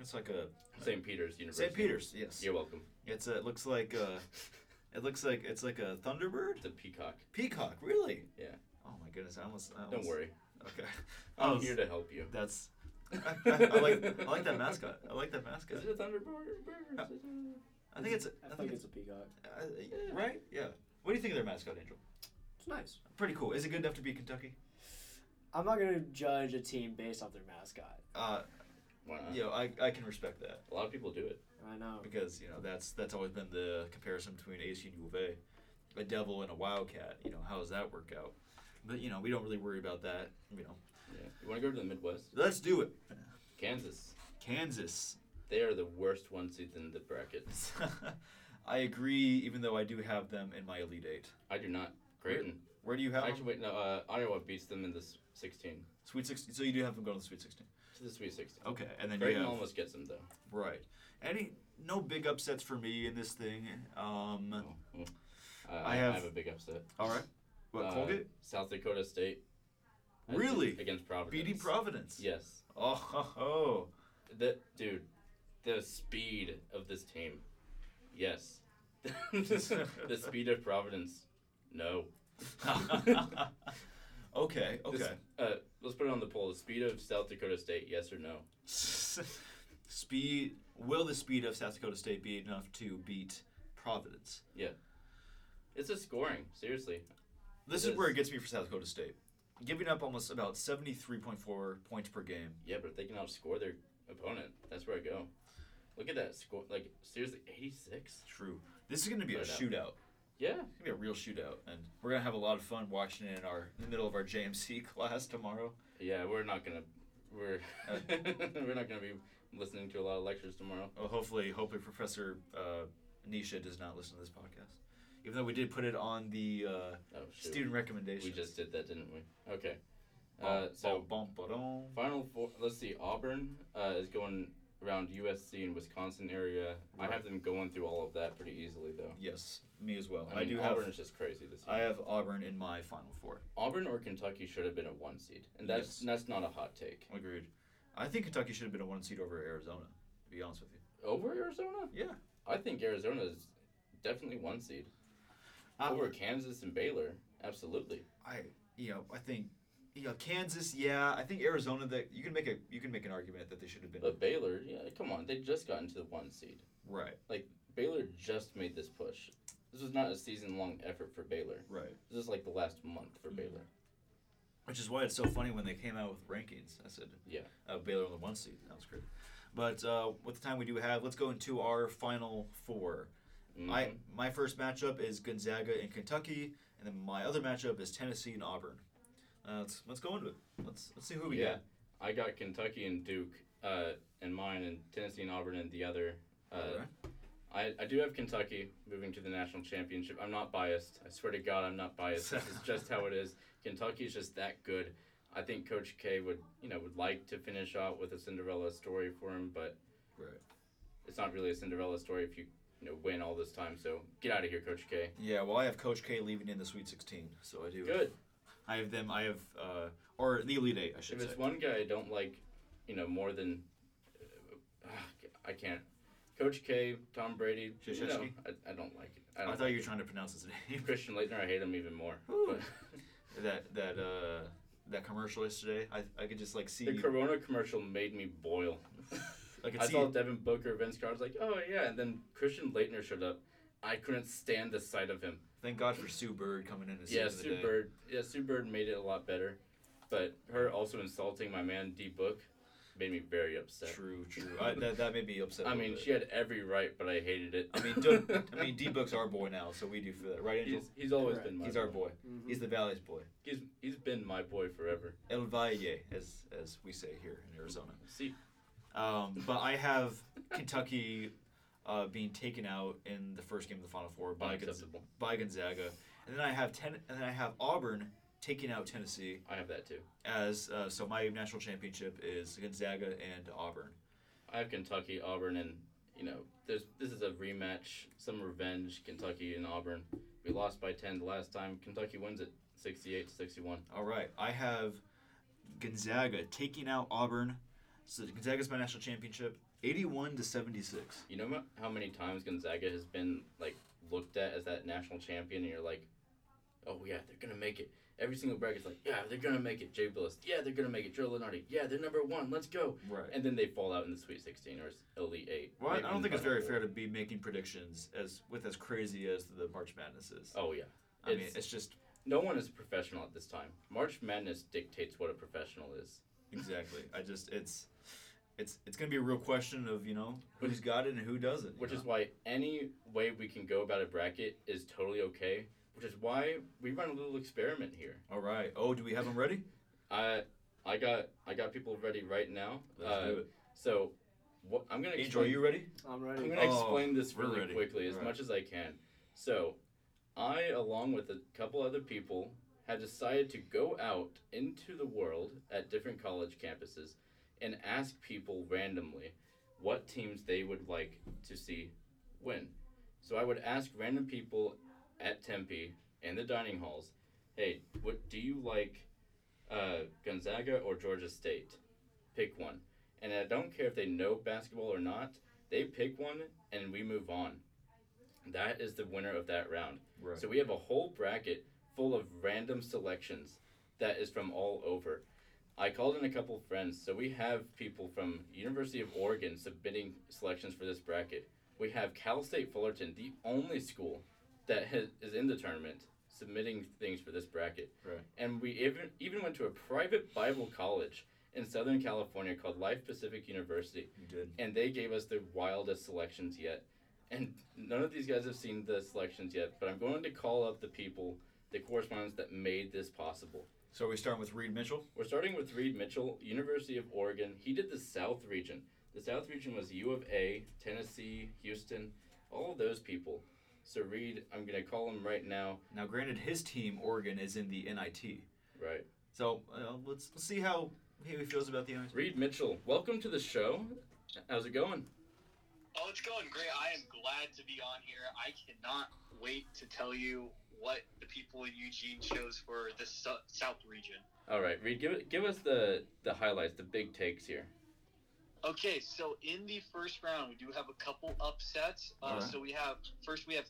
Speaker 2: It's like a
Speaker 1: St. Peter's University.
Speaker 2: St. Peter's. Yes.
Speaker 1: You're welcome.
Speaker 2: It's a, it looks like a. It looks like it's like a thunderbird.
Speaker 1: The peacock.
Speaker 2: Peacock. Really.
Speaker 1: Yeah.
Speaker 2: Oh my goodness! I almost. I
Speaker 1: Don't
Speaker 2: almost-
Speaker 1: worry.
Speaker 2: Okay.
Speaker 1: I'm
Speaker 2: Oh,
Speaker 1: here to help you.
Speaker 2: That's. I, like. I like that mascot. I like that mascot.
Speaker 1: Is it a thunderbird? Bird? Is it a-
Speaker 2: I think it's. I
Speaker 3: I
Speaker 2: think,
Speaker 3: think
Speaker 2: it's.
Speaker 3: it's a peacock.
Speaker 2: uh, right. Yeah. What do you think of their mascot, Angel?
Speaker 3: It's nice.
Speaker 2: Pretty cool. Is it good enough to be Kentucky?
Speaker 3: I'm not gonna judge a team based off their mascot.
Speaker 2: Uh,
Speaker 1: Why not?
Speaker 2: you know, I, I can respect that.
Speaker 1: A lot of people do it.
Speaker 3: I know.
Speaker 2: because you know that's that's always been the comparison between AC and U of A, a devil and a wildcat. You know how does that work out? But you know we don't really worry about that. You know,
Speaker 1: Yeah. You want to go to the Midwest?
Speaker 2: let's do it.
Speaker 1: Kansas.
Speaker 2: Kansas.
Speaker 1: They are the worst one seed in the bracket.
Speaker 2: I agree, even though I do have them in my elite eight.
Speaker 1: I do not. Creighton.
Speaker 2: Where do you have
Speaker 1: Actually, wait,
Speaker 2: them?
Speaker 1: no. Uh, Iowa beats them in the s- 16
Speaker 2: Sweet sixteen. So you do have them going to the Sweet Sixteen.
Speaker 1: to the Sweet 16.
Speaker 2: Okay, and then
Speaker 1: Creighton
Speaker 2: you have
Speaker 1: almost gets them though.
Speaker 2: right. Any no big upsets for me in this thing. Um,
Speaker 1: Oh, oh. Uh,
Speaker 2: I
Speaker 1: I,
Speaker 2: have-
Speaker 1: have, a big upset.
Speaker 2: all right. What
Speaker 1: Uh,
Speaker 2: Colgate
Speaker 1: South Dakota State. I think
Speaker 2: Really?
Speaker 1: Against Providence.
Speaker 2: beating Providence?
Speaker 1: Yes.
Speaker 2: Oh, ho, ho.
Speaker 1: The dude, the speed of this team. Yes. the speed of Providence. No.
Speaker 2: okay,
Speaker 1: The
Speaker 2: okay.
Speaker 1: s- uh, let's put it on the poll. The speed of South Dakota State. Yes or no?
Speaker 2: speed. Will the speed of South Dakota State be enough to beat Providence?
Speaker 1: It's a scoring. Seriously.
Speaker 2: This
Speaker 1: It
Speaker 2: is where it
Speaker 1: is.
Speaker 2: gets me for South Dakota State. Giving up almost about 73.4 points per game.
Speaker 1: Yeah, but if they can outscore their opponent, that's where I go. Look at that score. Like, seriously, 86?
Speaker 2: True. This is going to be a
Speaker 1: Right up.
Speaker 2: shootout.
Speaker 1: Yeah.
Speaker 2: It's going to be a real shootout. And we're going to have a lot of fun watching it in, our, in the middle of our JMC class tomorrow.
Speaker 1: Yeah, we're not going to. We're
Speaker 2: Uh,
Speaker 1: we're not gonna be listening to a lot of lectures tomorrow.
Speaker 2: Well, hopefully, hopefully Professor uh, Nisha does not listen to this podcast. Even though we did put it on the uh,
Speaker 1: Oh shoot,
Speaker 2: student recommendations.
Speaker 1: we just did that, didn't we? Okay. Uh,
Speaker 2: Bum,
Speaker 1: so
Speaker 2: bum, bum, ba-dum.
Speaker 1: final four. Let's see. Auburn uh, is going around USC and Wisconsin area. I have them going through all of that pretty easily though.
Speaker 2: Yes, me as well. I,
Speaker 1: I, mean,
Speaker 2: do
Speaker 1: Auburn
Speaker 2: have.
Speaker 1: is just crazy this year.
Speaker 2: I have Auburn in my final four.
Speaker 1: Auburn or Kentucky should have been a one seed, and that's
Speaker 2: Yes.
Speaker 1: that's not a hot take.
Speaker 2: Agreed. I think Kentucky should have been a one seed over Arizona. To be honest with you.
Speaker 1: Over Arizona?
Speaker 2: Yeah.
Speaker 1: I think Arizona is definitely one seed.
Speaker 2: I-
Speaker 1: Over Kansas and Baylor, absolutely.
Speaker 2: I you know I think you know Kansas. Yeah, I think Arizona. That you can make a you can make an argument that they should have been
Speaker 1: But Baylor, yeah, come on, they just got into the one seed.
Speaker 2: right.
Speaker 1: Baylor just made this push. This was not a season long effort for Baylor.
Speaker 2: Right.
Speaker 1: This is like the last month for
Speaker 2: Mhm.
Speaker 1: Baylor.
Speaker 2: which is why it's so funny when they came out with rankings. I said,
Speaker 1: Yeah.
Speaker 2: uh, Baylor on the one seed. That was great. But uh, with the time we do have, let's go into our final four. I
Speaker 1: Mhm.
Speaker 2: my first matchup is Gonzaga and Kentucky, and then my other matchup is Tennessee and Auburn. Uh, let's let's go into it. Let's let's see who we
Speaker 1: Yeah.
Speaker 2: got.
Speaker 1: I got Kentucky and Duke uh, in mine, and Tennessee and Auburn in the other. Uh,
Speaker 2: Alright.
Speaker 1: I, I do have Kentucky moving to the national championship. I'm not biased. I swear to God, I'm not biased. This is just how it is. Kentucky is just that good. I think Coach K would, you know, would like to finish out with a Cinderella story for him, but
Speaker 2: Right.
Speaker 1: it's not really a Cinderella story if you, you know, win all this time. So get out of here, Coach K.
Speaker 2: Yeah. Well, I have Coach K leaving in the Sweet 16, so I do.
Speaker 1: Good.
Speaker 2: I have them. I have uh, or the Elite Eight. I should
Speaker 1: If
Speaker 2: say.
Speaker 1: it's one guy I don't like, you know, more than uh, I can't. Coach K, Tom Brady, you know,
Speaker 2: Krzyzewski?
Speaker 1: I, I don't like it. I
Speaker 2: I
Speaker 1: don't
Speaker 2: thought you were trying to pronounce his name.
Speaker 1: Christian Leitner, I hate him even more.
Speaker 2: Ooh.
Speaker 1: But
Speaker 2: that that uh that commercial yesterday. I I could just like see
Speaker 1: the Corona commercial made me boil.
Speaker 2: I could
Speaker 1: I
Speaker 2: see
Speaker 1: saw Devin Booker, Vince Carter. I was like, oh yeah, and then Christian Leitner showed up. I couldn't stand the sight of him.
Speaker 2: thank God for Sue Bird coming in and
Speaker 1: yeah,
Speaker 2: saving the
Speaker 1: Sue
Speaker 2: day.
Speaker 1: Bird. Yeah, Sue Bird made it a lot better, but her also insulting my man D Book made me very upset.
Speaker 2: True, true. I, that, that made me upset. a
Speaker 1: I
Speaker 2: little
Speaker 1: mean,
Speaker 2: bit.
Speaker 1: she had every right, but I hated it.
Speaker 2: I mean, do I mean, D Book's our boy now, so we do feel that, right, Angel?
Speaker 1: he's, he's always
Speaker 3: Correct.
Speaker 1: been my
Speaker 2: He's our
Speaker 1: boy.
Speaker 2: boy.
Speaker 3: Mhm.
Speaker 2: He's the Valley's boy.
Speaker 1: He's he's been my boy forever.
Speaker 2: El Valle, as as we say here in Arizona.
Speaker 1: See,
Speaker 2: Um, but I have Kentucky uh, being taken out in the first game of the Final Four by Gonz-
Speaker 1: unacceptable.
Speaker 2: by Gonzaga, and then I have ten, and then I have Auburn taking out Tennessee
Speaker 1: I have that too.
Speaker 2: as uh, so my national championship is Gonzaga and Auburn.
Speaker 1: I have Kentucky, Auburn, and you know, there's this is a rematch, some revenge. Kentucky and Auburn. We lost by ten the last time. Kentucky wins it, 68 to 61.
Speaker 2: All right, I have Gonzaga taking out Auburn. So Gonzaga's my national championship, eighty-one to seventy-six.
Speaker 1: You know ma- how many times Gonzaga has been like looked at as that national champion, and you're like, oh yeah, they're gonna make it. Every single bracket's like, yeah, they're gonna make it. Jay Billis, yeah, they're gonna make it. Joe Lenardi, yeah, they're number one. Let's go.
Speaker 2: Right.
Speaker 1: And then they fall out in the Sweet 16 or s- Elite Eight.
Speaker 2: Well, I-
Speaker 1: maybe
Speaker 2: I don't think it's
Speaker 1: Final
Speaker 2: very
Speaker 1: Four.
Speaker 2: fair to be making predictions as with as crazy as the March Madness is.
Speaker 1: Oh yeah,
Speaker 2: I mean,
Speaker 1: it's-
Speaker 2: it's just
Speaker 1: no one is a professional at this time. March Madness dictates what a professional is.
Speaker 2: exactly. I just it's it's it's gonna be a real question of you know who's got it and who doesn't. you
Speaker 1: Which
Speaker 2: know?
Speaker 1: is why any way we can go about a bracket is totally okay. Which is why we run a little experiment here.
Speaker 2: all right. Oh, do we have them ready?
Speaker 1: I I got I got people ready right now.
Speaker 2: Let's
Speaker 1: Uh,
Speaker 2: do it.
Speaker 1: So what I'm gonna
Speaker 2: Angel, are
Speaker 1: explain,
Speaker 2: you ready?
Speaker 3: I'm
Speaker 1: I'm
Speaker 3: ready.
Speaker 1: gonna
Speaker 2: Oh,
Speaker 1: explain this
Speaker 2: we're
Speaker 1: really
Speaker 2: ready.
Speaker 1: quickly as
Speaker 2: All right.
Speaker 1: much as I can. So I, along with a couple other people, have decided to go out into the world at different college campuses and ask people randomly what teams they would like to see win. So I would ask random people at Tempe and the dining halls, "Hey, what do you like, uh, Gonzaga or Georgia State? Pick one." And I don't care if they know basketball or not. They pick one, and we move on. That is the winner of that round.
Speaker 2: Right.
Speaker 1: So we have a whole bracket full of random selections that is from all over. I called in a couple friends, so we have people from University of Oregon submitting selections for this bracket. We have Cal State Fullerton, the only school that has, is in the tournament, submitting things for this bracket.
Speaker 2: Right.
Speaker 1: And we even even went to a private Bible college in Southern California called Life Pacific University
Speaker 2: You did.
Speaker 1: and they gave us the wildest selections yet. And none of these guys have seen the selections yet, but I'm going to call up the people, the correspondents that made this possible.
Speaker 2: So are we starting with Reed Mitchell?
Speaker 1: We're starting with Reed Mitchell, University of Oregon. He did the South region. The South region was U of A, Tennessee, Houston, all of those people. So Reed, I'm going to call him right now.
Speaker 2: Now, granted, his team Oregon is in the NIT.
Speaker 1: Right.
Speaker 2: So uh, let's, let's see how how he feels about the Owens.
Speaker 1: Reed Mitchell, welcome to the show. How's it going?
Speaker 4: Oh, it's going great. I am glad to be on here. I cannot wait to tell you what the people in Eugene chose for the su- South region.
Speaker 1: All right, Reed, give it, give us the the highlights, the big takes here.
Speaker 4: Okay, so in the first round, we do have a couple upsets. Uh,
Speaker 2: Alright.
Speaker 4: So we have first we have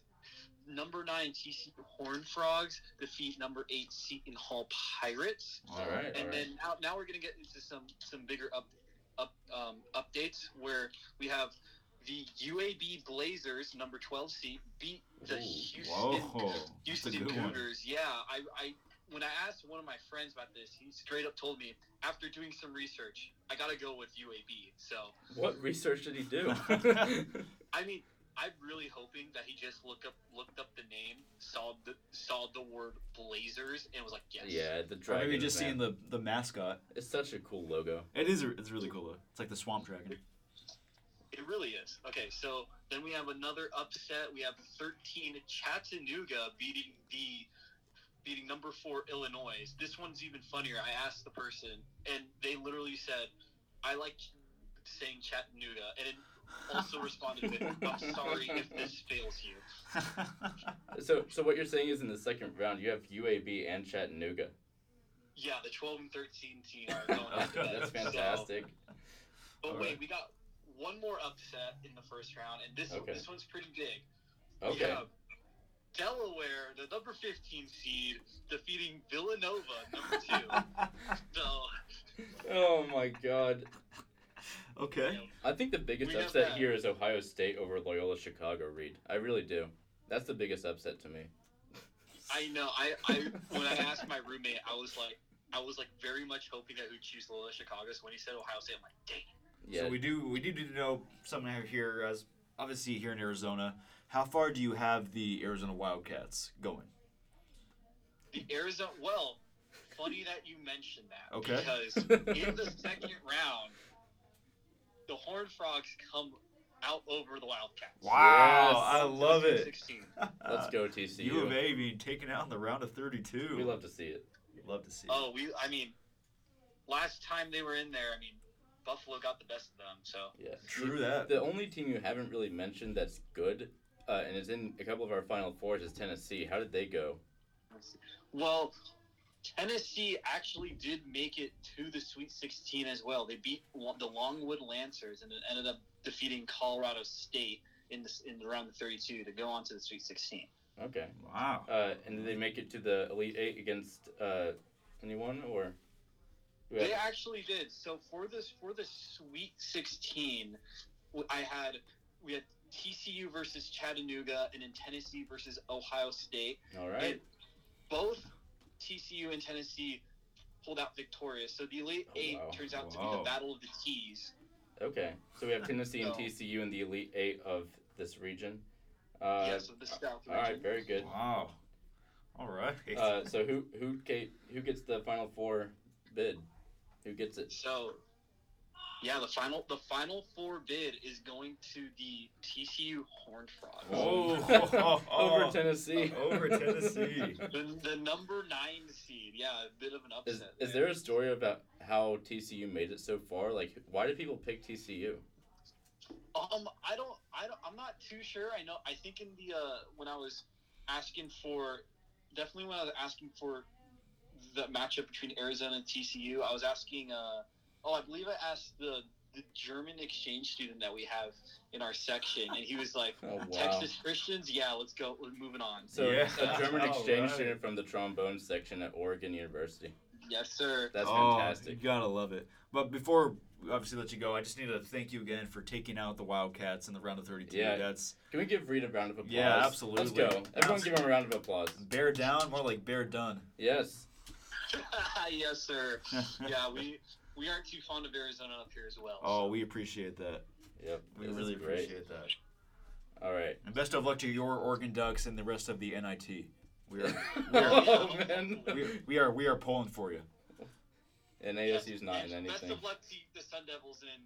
Speaker 4: number nine TC Horn Frogs defeat number eight Seton Hall Pirates,
Speaker 1: All right.
Speaker 4: and
Speaker 1: all right.
Speaker 4: then now, now we're gonna get into some some bigger up up um, updates where we have. The UAB Blazers, number 12 seed, beat the
Speaker 1: Ooh,
Speaker 4: Houston
Speaker 2: Whoa. That's a
Speaker 4: Houston
Speaker 2: good one.
Speaker 4: Cougars, yeah. I, I when I asked one of my friends about this, he straight up told me after doing some research, I gotta go with UAB. So
Speaker 1: What research did he do?
Speaker 4: I mean, I'm really hoping that he just looked up looked up the name, saw the saw the word Blazers, and was like, yes.
Speaker 1: yeah, the
Speaker 5: Or
Speaker 1: dragon.
Speaker 5: maybe just seeing the, the mascot.
Speaker 1: It's such a cool logo.
Speaker 5: It is. It's really cool. Though. It's like the swamp dragon.
Speaker 4: It really is. Okay, so then we have another upset. We have 13 Chattanooga beating the beating number 4 Illinois. This one's even funnier. I asked the person and they literally said, "I like saying Chattanooga." And it also responded with, "I'm sorry if this fails you."
Speaker 1: So, so what you're saying is in the second round you have UAB and Chattanooga.
Speaker 4: Yeah, the 12 and 13 team are going after that.
Speaker 1: Oh, That's
Speaker 4: Oh, So-
Speaker 1: fantastic.
Speaker 4: but
Speaker 1: All
Speaker 4: wait,
Speaker 1: right.
Speaker 4: we got one more upset in the first round and this
Speaker 1: Okay.
Speaker 4: this one's pretty big.
Speaker 1: Okay.
Speaker 4: Yeah. Delaware, the number 15 seed, defeating Villanova, number two. so,
Speaker 1: Oh my God.
Speaker 4: you
Speaker 5: okay.
Speaker 4: know,
Speaker 1: I think the biggest
Speaker 4: We have
Speaker 1: upset
Speaker 4: that.
Speaker 1: here is Ohio State over Loyola Chicago. Reed, I really do. That's the biggest upset to me.
Speaker 4: I know. I, I when I asked my roommate, I was like, I was like very much hoping that who'd choose Loyola Chicago. So when he said Ohio State, I'm like, dang.
Speaker 1: Yeah.
Speaker 2: So we do we do need to know something out here as obviously here in Arizona. How far do you have the Arizona Wildcats going?
Speaker 4: The Arizona. Well, funny that you mentioned that.
Speaker 2: Okay.
Speaker 4: Because in the second round, the Horned Frogs come out over the Wildcats.
Speaker 1: Wow,
Speaker 2: I love it.
Speaker 4: 16.
Speaker 1: Let's go TCU.
Speaker 2: uh, U of A being taken out in the round of 32.
Speaker 1: We love to see it.
Speaker 2: love to see. it.
Speaker 4: Oh, we. I mean, last time they were in there, I mean, Buffalo got the best of them. So
Speaker 1: Yeah.
Speaker 2: True that.
Speaker 1: The only team you haven't really mentioned that's good, uh, and is in a couple of our Final Fours, is Tennessee. How did they go?
Speaker 4: Well, Tennessee actually did make it to the Sweet 16 as well. They beat Lo- the Longwood Lancers and then ended up defeating Colorado State in the in the round of 32 to go on to the Sweet 16.
Speaker 1: Okay.
Speaker 2: Wow.
Speaker 1: Uh, and did they make it to the Elite Eight against uh, anyone or? Yeah.
Speaker 4: They actually did. So for this for the Sweet 16, w- I had we had TCU versus Chattanooga and then Tennessee versus Ohio State.
Speaker 1: All right.
Speaker 4: And both TCU and Tennessee pulled out victorious. So the Elite
Speaker 1: Oh,
Speaker 4: Eight
Speaker 1: wow.
Speaker 4: turns out to be
Speaker 2: Wow.
Speaker 4: the Battle of the Tees.
Speaker 1: Okay. So we have Tennessee and
Speaker 4: No.
Speaker 1: TCU in the Elite Eight of this region. Uh,
Speaker 4: yes, of the South
Speaker 1: All
Speaker 4: region.
Speaker 1: right. Very good.
Speaker 2: Wow. All right.
Speaker 1: Uh, so who who ga- who gets the Final Four bid? Who gets it?
Speaker 4: So, yeah, the final the final four bid is going to the TCU Horned Frogs.
Speaker 2: Oh.
Speaker 1: over Tennessee.
Speaker 2: Over Tennessee.
Speaker 4: The, the number nine seed, yeah, a bit of an
Speaker 1: Is,
Speaker 4: upset.
Speaker 1: is there a story about how TCU made it so far? Like, why do people pick TCU?
Speaker 4: Um, I don't, I don't, I'm not too sure. I know, I think in the uh, when I was asking for, definitely when I was asking for the matchup between Arizona and TCU, I was asking. Uh, oh, I believe I asked the the German exchange student that we have in our section, and he was like,
Speaker 1: Oh wow!
Speaker 4: Texas Christians, yeah, let's go. We're moving on.
Speaker 1: So
Speaker 2: Yeah.
Speaker 1: a German
Speaker 2: All
Speaker 1: exchange
Speaker 2: right.
Speaker 1: student from the trombone section at Oregon University.
Speaker 4: Yes, sir.
Speaker 1: That's
Speaker 2: Oh,
Speaker 1: fantastic.
Speaker 2: You gotta love it. But before we obviously let you go, I just need to thank you again for taking out the Wildcats in the round of 32.
Speaker 1: Yeah.
Speaker 2: That's
Speaker 1: Can we give Reed a round of applause?
Speaker 2: Yeah, absolutely.
Speaker 1: Let's go. Everyone, give him a round of applause.
Speaker 2: bear down, more like bear done.
Speaker 1: Yes.
Speaker 4: yes, sir. Yeah, we we aren't too fond of Arizona up here as well.
Speaker 2: oh, we appreciate that.
Speaker 1: Yep.
Speaker 2: We
Speaker 1: this is
Speaker 2: really
Speaker 1: great.
Speaker 2: appreciate that.
Speaker 1: All right.
Speaker 2: And best of luck to your Oregon Ducks and the rest of the NIT. We are,
Speaker 1: oh man.
Speaker 2: we, we are, we are pulling for you.
Speaker 1: And
Speaker 4: Yes,
Speaker 1: ASU's not in
Speaker 4: yes, Best
Speaker 1: anything.
Speaker 4: of luck to the Sun Devils and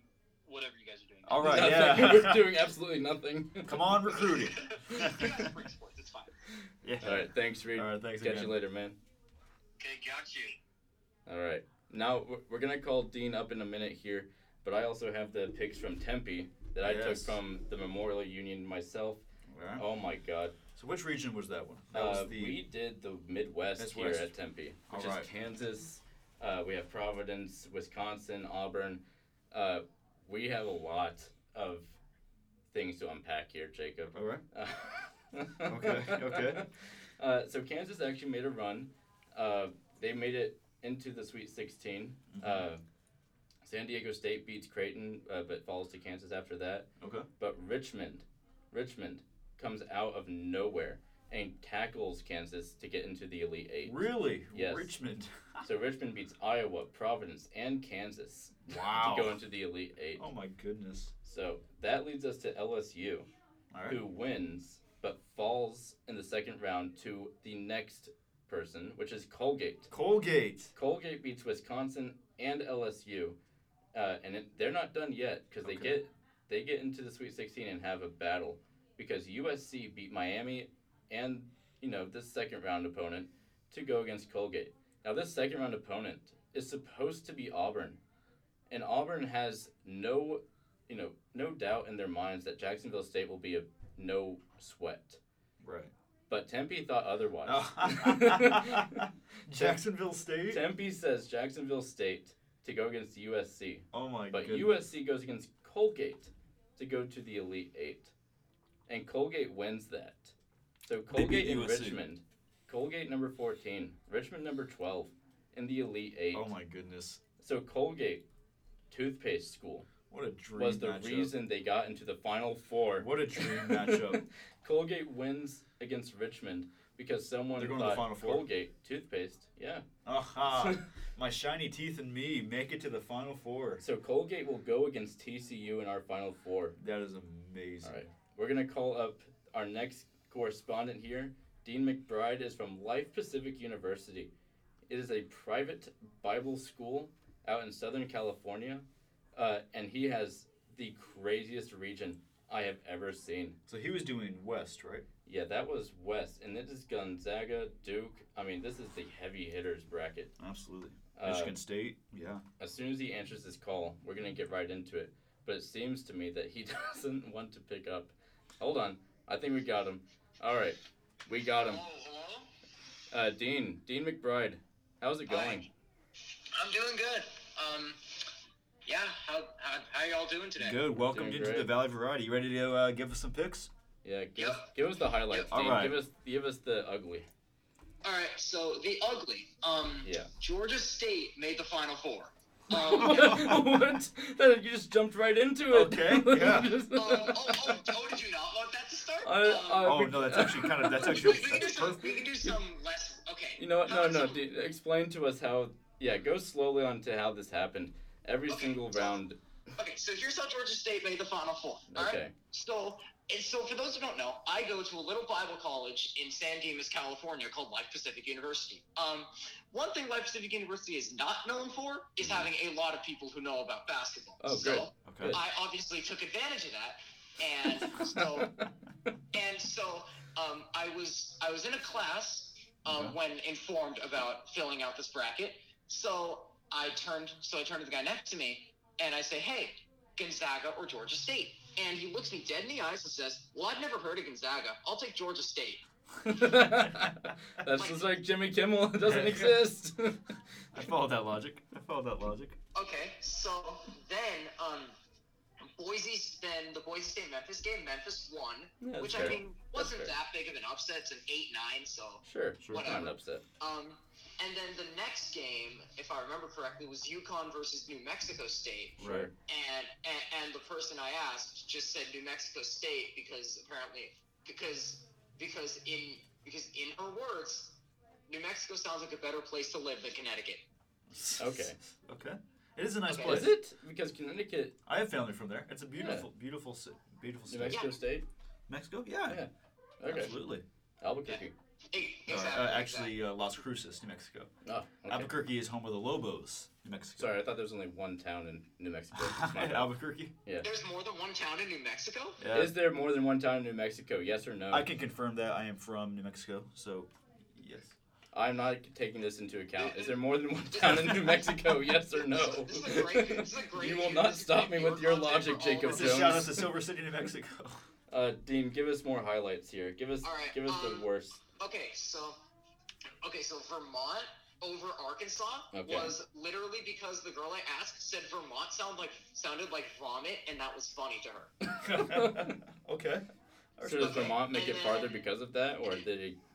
Speaker 4: whatever you guys are doing.
Speaker 2: All right,
Speaker 1: Nothing. We're
Speaker 2: yeah.
Speaker 1: doing absolutely nothing.
Speaker 2: Come on, recruiting.
Speaker 4: you guys are pretty sports. It's fine.
Speaker 2: Yeah.
Speaker 1: All right. Thanks, Reed.
Speaker 2: All right, thanks
Speaker 1: Catch
Speaker 2: again.
Speaker 1: you later, man.
Speaker 4: Okay, got you.
Speaker 1: All right. Now we're- we're gonna call Dean up in a minute here, but I also have the picks from Tempe that I took
Speaker 2: Yes.
Speaker 1: from the Memorial Union myself.
Speaker 2: All right.
Speaker 1: Oh my God!
Speaker 2: So which region was that one? That
Speaker 1: Uh,
Speaker 2: was
Speaker 1: we did the Midwest,
Speaker 2: Midwest.
Speaker 1: here at Tempe,
Speaker 2: All
Speaker 1: which
Speaker 2: right.
Speaker 1: is Kansas. Uh, we have Providence, Wisconsin, Auburn. Uh, we have a lot of things to unpack here, Jacob.
Speaker 2: All right.
Speaker 1: okay.
Speaker 2: okay.
Speaker 1: Uh, so Kansas actually made a run. Uh, they made it into the Sweet 16.
Speaker 2: Mm-hmm.
Speaker 1: Uh, San Diego State beats Creighton, uh, but falls to Kansas after that.
Speaker 2: Okay.
Speaker 1: But Richmond, Richmond comes out of nowhere and tackles Kansas to get into the Elite Eight.
Speaker 5: Really?
Speaker 1: Yes.
Speaker 5: Richmond.
Speaker 1: So Richmond beats Iowa, Providence, and Kansas
Speaker 5: Wow.
Speaker 1: to go into the Elite Eight.
Speaker 2: Oh my goodness.
Speaker 1: So that leads us to LSU,
Speaker 5: All right.
Speaker 1: who wins but falls in the second round to the next person, which is Colgate.
Speaker 5: Colgate.
Speaker 1: Colgate beats Wisconsin and LSU, uh, and it, they're not done yet because they
Speaker 5: Okay.
Speaker 1: get they get into the Sweet 16 and have a battle because USC beat Miami and you know this second round opponent to go against Colgate. Now this second round opponent is supposed to be Auburn, and Auburn has no you know no doubt in their minds that Jacksonville State will be a no sweat.
Speaker 5: Right.
Speaker 1: But Tempe thought otherwise.
Speaker 5: Jacksonville State.
Speaker 1: Tempe says Jacksonville State to go against USC,
Speaker 5: Oh my
Speaker 1: but
Speaker 5: goodness.
Speaker 1: USC goes against Colgate to go to the Elite Eight, and Colgate wins that. So
Speaker 5: They beat
Speaker 1: Colgate and
Speaker 5: USC.
Speaker 1: Richmond, Colgate number fourteen, Richmond number twelve, in the Elite Eight.
Speaker 5: Oh my goodness.
Speaker 1: So Colgate, toothpaste school,
Speaker 5: What a dream
Speaker 1: was the
Speaker 5: matchup.
Speaker 1: reason they got into the Final Four.
Speaker 5: What a dream matchup.
Speaker 1: Colgate wins against Richmond because someone
Speaker 5: They're going to
Speaker 1: thought
Speaker 5: the Final Four.
Speaker 1: Colgate toothpaste. Yeah.
Speaker 5: Aha. My shiny teeth and me make it to the final four.
Speaker 1: So Colgate will go against TCU in our Final Four.
Speaker 5: That is amazing.
Speaker 1: All right. We're gonna call up our next correspondent here. Dean McBride is from Life Pacific University. It is a private Bible school out in Southern California, uh, and he has the craziest region I have ever seen.
Speaker 5: So he was doing West, right?
Speaker 1: Yeah, that was West, and this is Gonzaga, Duke. I mean, this is the heavy hitters bracket.
Speaker 5: Absolutely.
Speaker 1: Uh,
Speaker 5: Michigan State. Yeah.
Speaker 1: as soon as he answers this call, we're gonna get right into it. But it seems to me that he doesn't want to pick up. Hold on, I think we got him. All right, we got him.
Speaker 4: Hello, hello?
Speaker 1: Uh, Dean, Dean McBride, how's it going?
Speaker 4: I'm doing good. Um, yeah, how, how, how y'all doing today?
Speaker 5: Good. Welcome
Speaker 1: Doing
Speaker 5: into the
Speaker 1: great.
Speaker 5: Valley Variety. You ready to uh, give us some picks?
Speaker 1: Yeah, give us, give us the highlights,
Speaker 5: All
Speaker 1: Dean.
Speaker 5: right.
Speaker 1: Give us give us the ugly.
Speaker 4: All right, so the ugly. Um,
Speaker 1: Yeah.
Speaker 4: Georgia State made the Final Four. Um, um,
Speaker 1: what? That- You just jumped right into it.
Speaker 5: Okay, yeah.
Speaker 4: oh, oh, oh, did you not want that to start?
Speaker 1: I-
Speaker 4: Um,
Speaker 1: I-
Speaker 5: Oh no, that's actually kind of that's
Speaker 4: we, we
Speaker 5: actually
Speaker 4: can do
Speaker 5: that's
Speaker 4: some,
Speaker 5: perfect.
Speaker 4: we can do some less. Okay.
Speaker 1: you know what?
Speaker 4: how
Speaker 1: No,
Speaker 4: about
Speaker 1: no.
Speaker 4: some-
Speaker 1: Dean, explain to us how. Yeah, go slowly on to how this happened. Every
Speaker 4: Okay.
Speaker 1: single round.
Speaker 4: Okay, so here's how Georgia State made the Final Four. All right.
Speaker 1: Okay.
Speaker 4: So, and so for those who don't know, I go to a little Bible college in San Dimas, California, called Life Pacific University. Um, one thing Life Pacific University is not known for is having a lot of people who know about basketball.
Speaker 1: Mm-hmm. Oh,
Speaker 4: so
Speaker 1: good.
Speaker 5: Okay.
Speaker 4: I obviously took advantage of that, and so and so um, I was I was in a class um,
Speaker 5: Okay.
Speaker 4: when informed about filling out this bracket. So I turned so I turned to the guy next to me and I say, "Hey, Gonzaga or Georgia State?" And he looks me dead in the eyes and says, "Well, I've never heard of Gonzaga. I'll take Georgia State."
Speaker 1: That's just like Jimmy Kimmel. It doesn't exist.
Speaker 5: I followed that logic. I followed that logic.
Speaker 4: Okay, so then um, Boise then the Boise State Memphis game, Memphis won,
Speaker 1: Yeah, that's
Speaker 4: which
Speaker 1: fair.
Speaker 4: I mean wasn't
Speaker 1: fair.
Speaker 4: that big of an upset. It's an eight nine, so
Speaker 1: Sure,
Speaker 5: Sure.
Speaker 1: I'm not upset.
Speaker 4: Um, and then the next game, if I remember correctly, was Yukon versus New Mexico State.
Speaker 5: Right.
Speaker 4: And, and and the person I asked just said New Mexico State because apparently because because in because in her words, New Mexico sounds like a better place to live than Connecticut.
Speaker 1: Okay.
Speaker 5: Okay. It is a nice
Speaker 4: Okay.
Speaker 5: place.
Speaker 1: Oh, Is it? Because Connecticut,
Speaker 5: I have family from there. It's a beautiful, beautiful, ci- beautiful
Speaker 1: New
Speaker 5: state.
Speaker 1: Mexico State.
Speaker 5: Mexico? Yeah.
Speaker 1: Yeah, Okay.
Speaker 5: Absolutely.
Speaker 1: Albuquerque.
Speaker 4: E-
Speaker 5: Uh,
Speaker 4: Exactly.
Speaker 5: uh, actually, uh, Las Cruces, New Mexico.
Speaker 1: Oh, okay.
Speaker 5: Albuquerque is home of the Lobos, New Mexico.
Speaker 1: Sorry, I thought there was only one town in New Mexico. My bad.
Speaker 5: Albuquerque.
Speaker 4: exactly. There's more than one town in New Mexico.
Speaker 5: Yeah.
Speaker 1: Is there more than one town in New Mexico? Yes or no?
Speaker 5: I can confirm that I am from New Mexico. So, yes.
Speaker 1: I'm not taking this into account. Is there more than one town in New Mexico? Yes or no?
Speaker 4: This is a great. This is a great
Speaker 1: You will
Speaker 4: year.
Speaker 1: not
Speaker 4: This is
Speaker 1: stop
Speaker 4: great
Speaker 1: me with your
Speaker 4: content
Speaker 1: logic,
Speaker 4: for all of
Speaker 1: Jacob
Speaker 4: us.
Speaker 5: It's
Speaker 1: Jones.
Speaker 5: a shout out to Silver City, New Mexico.
Speaker 1: Uh, Dean, give us more highlights here. Give us,
Speaker 4: All right,
Speaker 1: give us
Speaker 4: um,
Speaker 1: the worst.
Speaker 4: Okay, so okay, so Vermont over Arkansas
Speaker 1: Okay.
Speaker 4: was literally because the girl I asked said Vermont sound like sounded like vomit, and that was funny to her.
Speaker 5: okay.
Speaker 1: So does Vermont make it
Speaker 4: And
Speaker 1: farther
Speaker 4: then-
Speaker 1: because of that, or did it,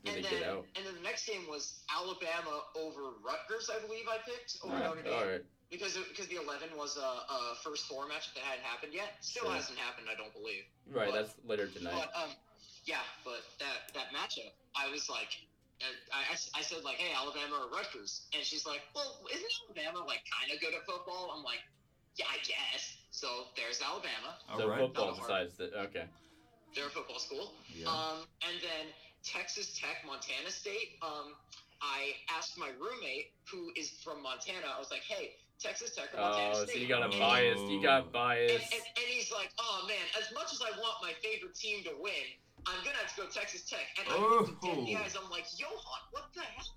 Speaker 1: did
Speaker 4: and
Speaker 1: it
Speaker 4: then
Speaker 1: get out?
Speaker 4: and then the next game was Alabama over Rutgers, I believe I picked over
Speaker 1: All
Speaker 4: Notre Dame
Speaker 1: right. All right.
Speaker 4: because it, because the eleven was a, a first four match that hadn't happened yet. Still
Speaker 1: Sure.
Speaker 4: hasn't happened, I don't believe.
Speaker 1: Right,
Speaker 4: But-
Speaker 1: that's later tonight.
Speaker 4: But um, Yeah, but that that matchup, I was like, uh, I, I, I said like, hey, Alabama or Rutgers, and she's like, well, isn't Alabama like kind of good at football? I'm like, yeah, I guess. So there's Alabama.
Speaker 2: All
Speaker 1: so
Speaker 2: right.
Speaker 1: football
Speaker 4: That'll work.
Speaker 1: decides that. Okay.
Speaker 4: They're a football school.
Speaker 2: Yeah.
Speaker 1: Uh,
Speaker 4: Um, and then Texas Tech, Montana State. Um, I asked my roommate who is from Montana. I was like, hey, Texas Tech or Montana
Speaker 1: Oh,
Speaker 4: State?
Speaker 1: so you got a
Speaker 2: Oh.
Speaker 1: bias. You got
Speaker 4: and,
Speaker 1: bias.
Speaker 4: and, and he's like, oh man, as much as I want my favorite team to win, I'm gonna have to go Texas Tech. And I looked him dead in the
Speaker 2: Oh.
Speaker 4: eyes. I'm like, Johan, what the hell?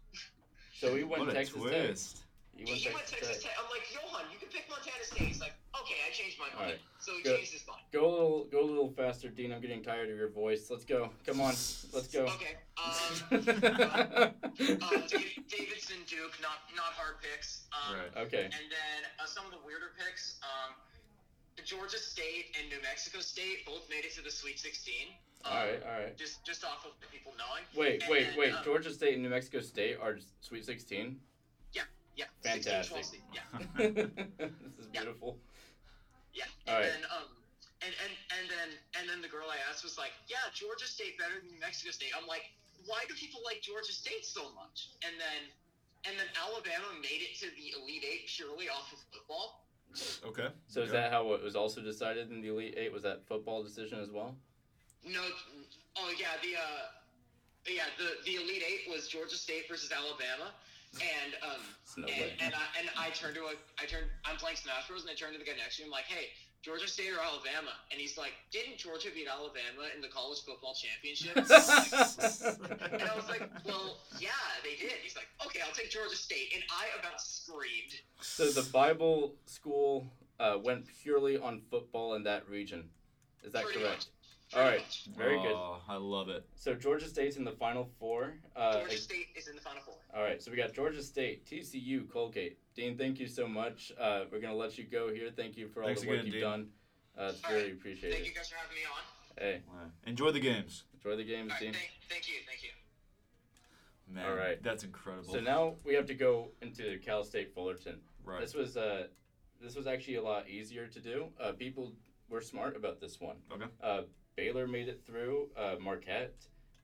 Speaker 1: So we went
Speaker 2: what
Speaker 1: Texas
Speaker 2: a
Speaker 1: Tech.
Speaker 2: twist.
Speaker 1: You
Speaker 4: He
Speaker 1: went
Speaker 4: went
Speaker 1: Texas Tech.
Speaker 4: Texas Tech. I'm like, Johan, you can pick Montana State. He's like, okay, I changed my mind.
Speaker 1: Alright,
Speaker 4: So he
Speaker 1: good.
Speaker 4: changed his mind.
Speaker 1: Go a little, go a little faster, Dean. I'm getting tired of your voice. Let's go. Come on. Let's go.
Speaker 4: Okay. Um, uh, Dave, Davidson, Duke, not not hard picks. Um,
Speaker 2: Right.
Speaker 1: okay.
Speaker 4: And then uh, some of the weirder picks. Um, Georgia State and New Mexico State both made it to the Sweet 16. Um,
Speaker 1: All right. All right.
Speaker 4: Just just off of people knowing.
Speaker 1: Wait,
Speaker 4: And
Speaker 1: wait,
Speaker 4: then,
Speaker 1: wait.
Speaker 4: um,
Speaker 1: Georgia State and New Mexico State are Sweet 16.
Speaker 4: Yeah.
Speaker 1: Fantastic.
Speaker 4: 16, 12 seed, Yeah.
Speaker 1: this is
Speaker 4: Yeah.
Speaker 1: beautiful.
Speaker 4: Yeah.
Speaker 1: All
Speaker 4: and
Speaker 1: right.
Speaker 4: then um and, and and then and then the girl I asked was like, Yeah, Georgia State better than New Mexico State. I'm like, why do people like Georgia State so much? And then and then Alabama made it to the Elite Eight purely off of football.
Speaker 2: Okay.
Speaker 1: So is
Speaker 2: Okay.
Speaker 1: that how it was also decided in the Elite Eight? Was that football decision as well?
Speaker 4: No oh yeah, the uh yeah, the, the Elite Eight was Georgia State versus Alabama. And um
Speaker 1: It's no
Speaker 4: and,
Speaker 1: way.
Speaker 4: and I and I turned to a I turned I'm playing Smash Bros and I turned to the guy next to me I'm like, hey, Georgia State or Alabama? And he's like, didn't Georgia beat Alabama in the college football championship? and I was like, well, yeah, they did. He's like, okay, I'll take Georgia State, and I about screamed.
Speaker 1: so the Bible school uh, went purely on football in that region. Is that
Speaker 4: pretty
Speaker 1: correct?
Speaker 4: Much, pretty
Speaker 1: All right.
Speaker 4: much.
Speaker 1: Very good.
Speaker 2: Aw, I love it.
Speaker 1: So Georgia State's in the Final Four. Uh,
Speaker 4: Georgia
Speaker 1: ex-
Speaker 4: State is in the final four.
Speaker 1: all right, so we got Georgia State, TCU, Colgate. Dean, thank you so much. Uh, we're gonna let you go here. Thank you for all
Speaker 2: Thanks
Speaker 1: the work
Speaker 2: again,
Speaker 1: you've
Speaker 2: Dean.
Speaker 1: done. Uh, it's
Speaker 4: All right.
Speaker 1: really appreciated.
Speaker 4: Thank you guys for having me on.
Speaker 1: Hey,
Speaker 2: Enjoy the games,
Speaker 1: enjoy the games,
Speaker 4: All right,
Speaker 1: Dean.
Speaker 4: thank, thank you, thank you.
Speaker 2: man.
Speaker 1: All right.
Speaker 2: That's incredible.
Speaker 1: So now we have to go into Cal State Fullerton.
Speaker 2: right.
Speaker 1: This was uh, this was actually a lot easier to do. Uh, people were smart about this one.
Speaker 2: Okay.
Speaker 1: Uh, Baylor made it through. Uh, Marquette,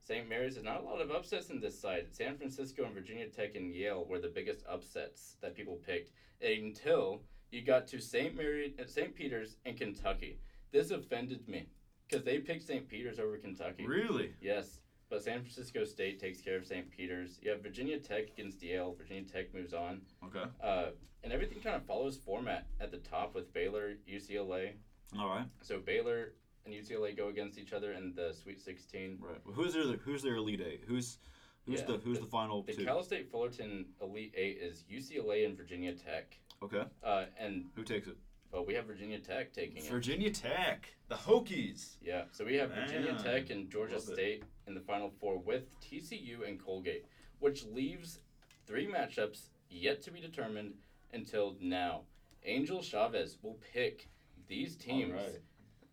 Speaker 1: St. Mary's. There's not a lot of upsets in this side. San Francisco and Virginia Tech and Yale were the biggest upsets that people picked until you got to St. Mary, uh, St. Peter's, and Kentucky. This offended me because they picked St. Peter's over Kentucky.
Speaker 2: Really?
Speaker 1: Yes, but San Francisco State takes care of St. Peter's. You have Virginia Tech against Yale. Virginia Tech moves on.
Speaker 2: Okay.
Speaker 1: Uh, and everything kind of follows format at the top with Baylor, UCLA.
Speaker 2: All right.
Speaker 1: So Baylor and UCLA go against each other in the Sweet 16.
Speaker 2: Right. Well, who's their Who's their elite eight? Who's Who's
Speaker 1: Yeah,
Speaker 2: the Who's
Speaker 1: the-
Speaker 2: the, final
Speaker 1: The
Speaker 2: two?
Speaker 1: Cal State Fullerton Elite Eight is UCLA and Virginia Tech.
Speaker 2: okay.
Speaker 1: Uh, and
Speaker 2: Who takes it?
Speaker 1: well, we have Virginia Tech taking it.
Speaker 2: Virginia Tech, the Hokies.
Speaker 1: Yeah, so we have Virginia
Speaker 2: Man,
Speaker 1: Tech and Georgia
Speaker 2: love it.
Speaker 1: State in the Final Four with TCU and Colgate, which leaves three matchups yet to be determined until now. Angel Chavez will pick these teams
Speaker 2: right.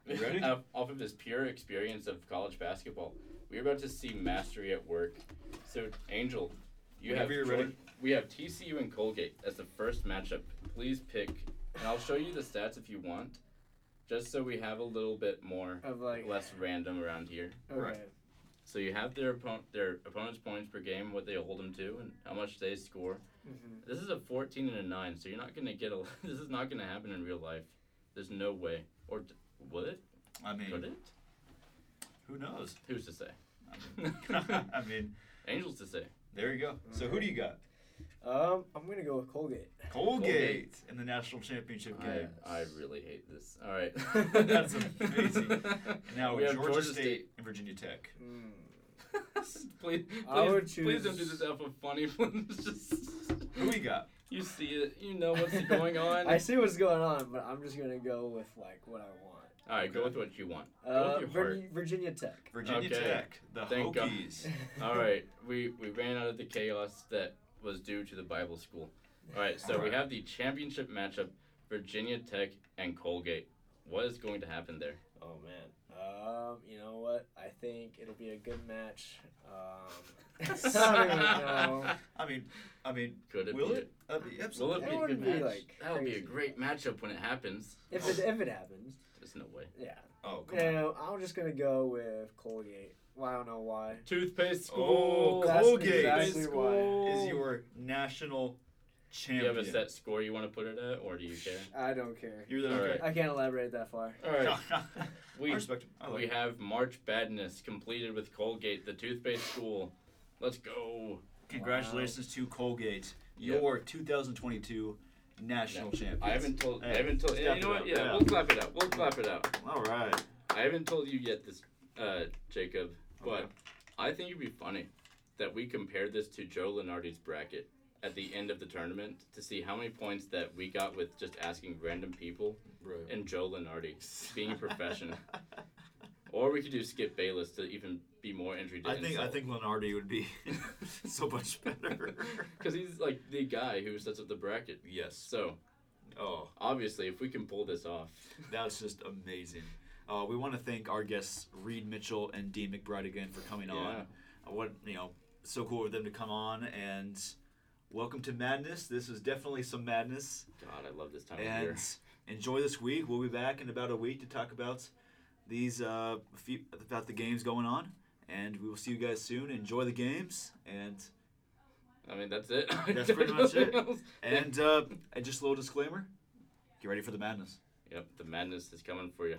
Speaker 2: You ready?
Speaker 1: off off of his pure experience of college basketball. We're about to see mastery at work. So, Angel, you
Speaker 2: Whenever
Speaker 1: have
Speaker 2: you're
Speaker 1: Geor-
Speaker 2: ready.
Speaker 1: we have TCU and Colgate as the first matchup. Please pick, and I'll show you the stats if you want, just so we have a little bit more
Speaker 3: Oh, Of like,
Speaker 1: less random around here.
Speaker 3: okay.
Speaker 2: Right.
Speaker 1: So you have their opponent, their opponent's points per game, what they hold them to, and how much they score.
Speaker 3: hmm
Speaker 1: This is a fourteen and a nine, so you're not gonna get a. This is not gonna happen in real life. There's no way. Or d- would it?
Speaker 2: I
Speaker 1: Could
Speaker 2: mean,
Speaker 1: it?
Speaker 2: who knows?
Speaker 1: Who's to say?
Speaker 2: I mean,
Speaker 1: Angels to say.
Speaker 2: there you go. So who do you got?
Speaker 3: Um, I'm gonna go with Colgate.
Speaker 2: Colgate,
Speaker 1: Colgate.
Speaker 2: in the national championship game.
Speaker 1: I, I really hate this. All right.
Speaker 2: That's amazing. And now
Speaker 1: We have
Speaker 2: Georgia,
Speaker 1: Georgia
Speaker 2: State,
Speaker 1: State.
Speaker 2: and Virginia Tech.
Speaker 3: Mm.
Speaker 1: please, please,
Speaker 3: I would
Speaker 1: please don't do
Speaker 3: choose-
Speaker 1: this alpha funny. It's just,
Speaker 2: Who we got?
Speaker 1: you see it. You know what's going on.
Speaker 3: I see what's going on, but I'm just gonna go with like what I want.
Speaker 1: All right, go with what you want. Go
Speaker 3: Uh,
Speaker 1: with your heart.
Speaker 3: Vir- Virginia Tech.
Speaker 2: Virginia
Speaker 1: Okay.
Speaker 2: Tech, the
Speaker 1: Thank God.
Speaker 2: Hokies.
Speaker 1: All right, we we ran out of the chaos that was due to the Bible school. All right, so we
Speaker 2: Alright.
Speaker 1: have the championship matchup: Virginia Tech and Colgate. What is going to happen there?
Speaker 3: Oh man. Um, you know what? I think it'll be a good match. Um, I don't even know.
Speaker 2: I I mean, I mean,
Speaker 1: Could it
Speaker 2: will
Speaker 1: be?
Speaker 2: it? I mean,
Speaker 1: Will
Speaker 2: absolutely.
Speaker 1: it be
Speaker 3: That
Speaker 1: a good
Speaker 3: wouldn't be,
Speaker 1: match?
Speaker 3: like,
Speaker 1: that would be a
Speaker 3: crazy.
Speaker 1: great matchup when it happens.
Speaker 3: If it if it happens,
Speaker 1: There's no way.
Speaker 3: yeah.
Speaker 2: Oh, come
Speaker 3: You
Speaker 2: on.
Speaker 3: know, I'm just gonna go with Colgate. Well, I don't know why.
Speaker 1: Toothpaste
Speaker 2: Oh,
Speaker 1: school.
Speaker 3: That's
Speaker 2: Colgate
Speaker 3: exactly why.
Speaker 2: is your national
Speaker 1: Do you
Speaker 2: champion.
Speaker 1: have a set score you want to put it at, or do you care?
Speaker 3: I don't care.
Speaker 2: You're the
Speaker 1: All
Speaker 2: okay.
Speaker 1: right.
Speaker 3: I can't elaborate that far.
Speaker 1: All right.
Speaker 2: I
Speaker 1: We
Speaker 2: respect him. I like
Speaker 1: we
Speaker 2: him.
Speaker 1: have March Badness completed with Colgate, the toothpaste school. Let's go.
Speaker 2: Congratulations to Colgate,
Speaker 1: Yep.
Speaker 2: your 2022 national champion.
Speaker 1: I haven't told. I
Speaker 2: Hey,
Speaker 1: haven't told.
Speaker 2: let's
Speaker 1: You
Speaker 2: clap
Speaker 1: know
Speaker 2: it
Speaker 1: what?
Speaker 2: up,
Speaker 1: Yeah,
Speaker 2: yeah.
Speaker 1: we'll clap it out. We'll clap it out.
Speaker 2: All right.
Speaker 1: I haven't told you yet, this, uh, Jacob, but
Speaker 2: Okay.
Speaker 1: I think it'd be funny that we compare this to Joe Lenardi's bracket at the end of the tournament to see how many points that we got with just asking random people
Speaker 2: Right.
Speaker 1: and Joe Lenardi being a professional. Or we could do Skip Bayless to even be more entry.
Speaker 2: I think I think Lenardi would be so much better.
Speaker 1: because he's like the guy who sets up the bracket.
Speaker 2: yes.
Speaker 1: So
Speaker 2: Oh,
Speaker 1: obviously, if we can pull this off,
Speaker 2: that was just amazing. Uh, we want to thank our guests Reed Mitchell and Dean McBride again for coming on.
Speaker 1: Yeah.
Speaker 2: Uh, What you know, so cool of them to come on and welcome to madness. This was definitely some madness.
Speaker 1: God, I love this time of year.
Speaker 2: and enjoy this week. We'll be back in about a week to talk about these uh, few, about the games going on, and we will see you guys soon. Enjoy the games, and
Speaker 1: I mean, that's it.
Speaker 2: That's pretty much it.
Speaker 1: Else.
Speaker 2: and uh, and just a little disclaimer: get ready for the madness.
Speaker 1: Yep, the madness is coming for you.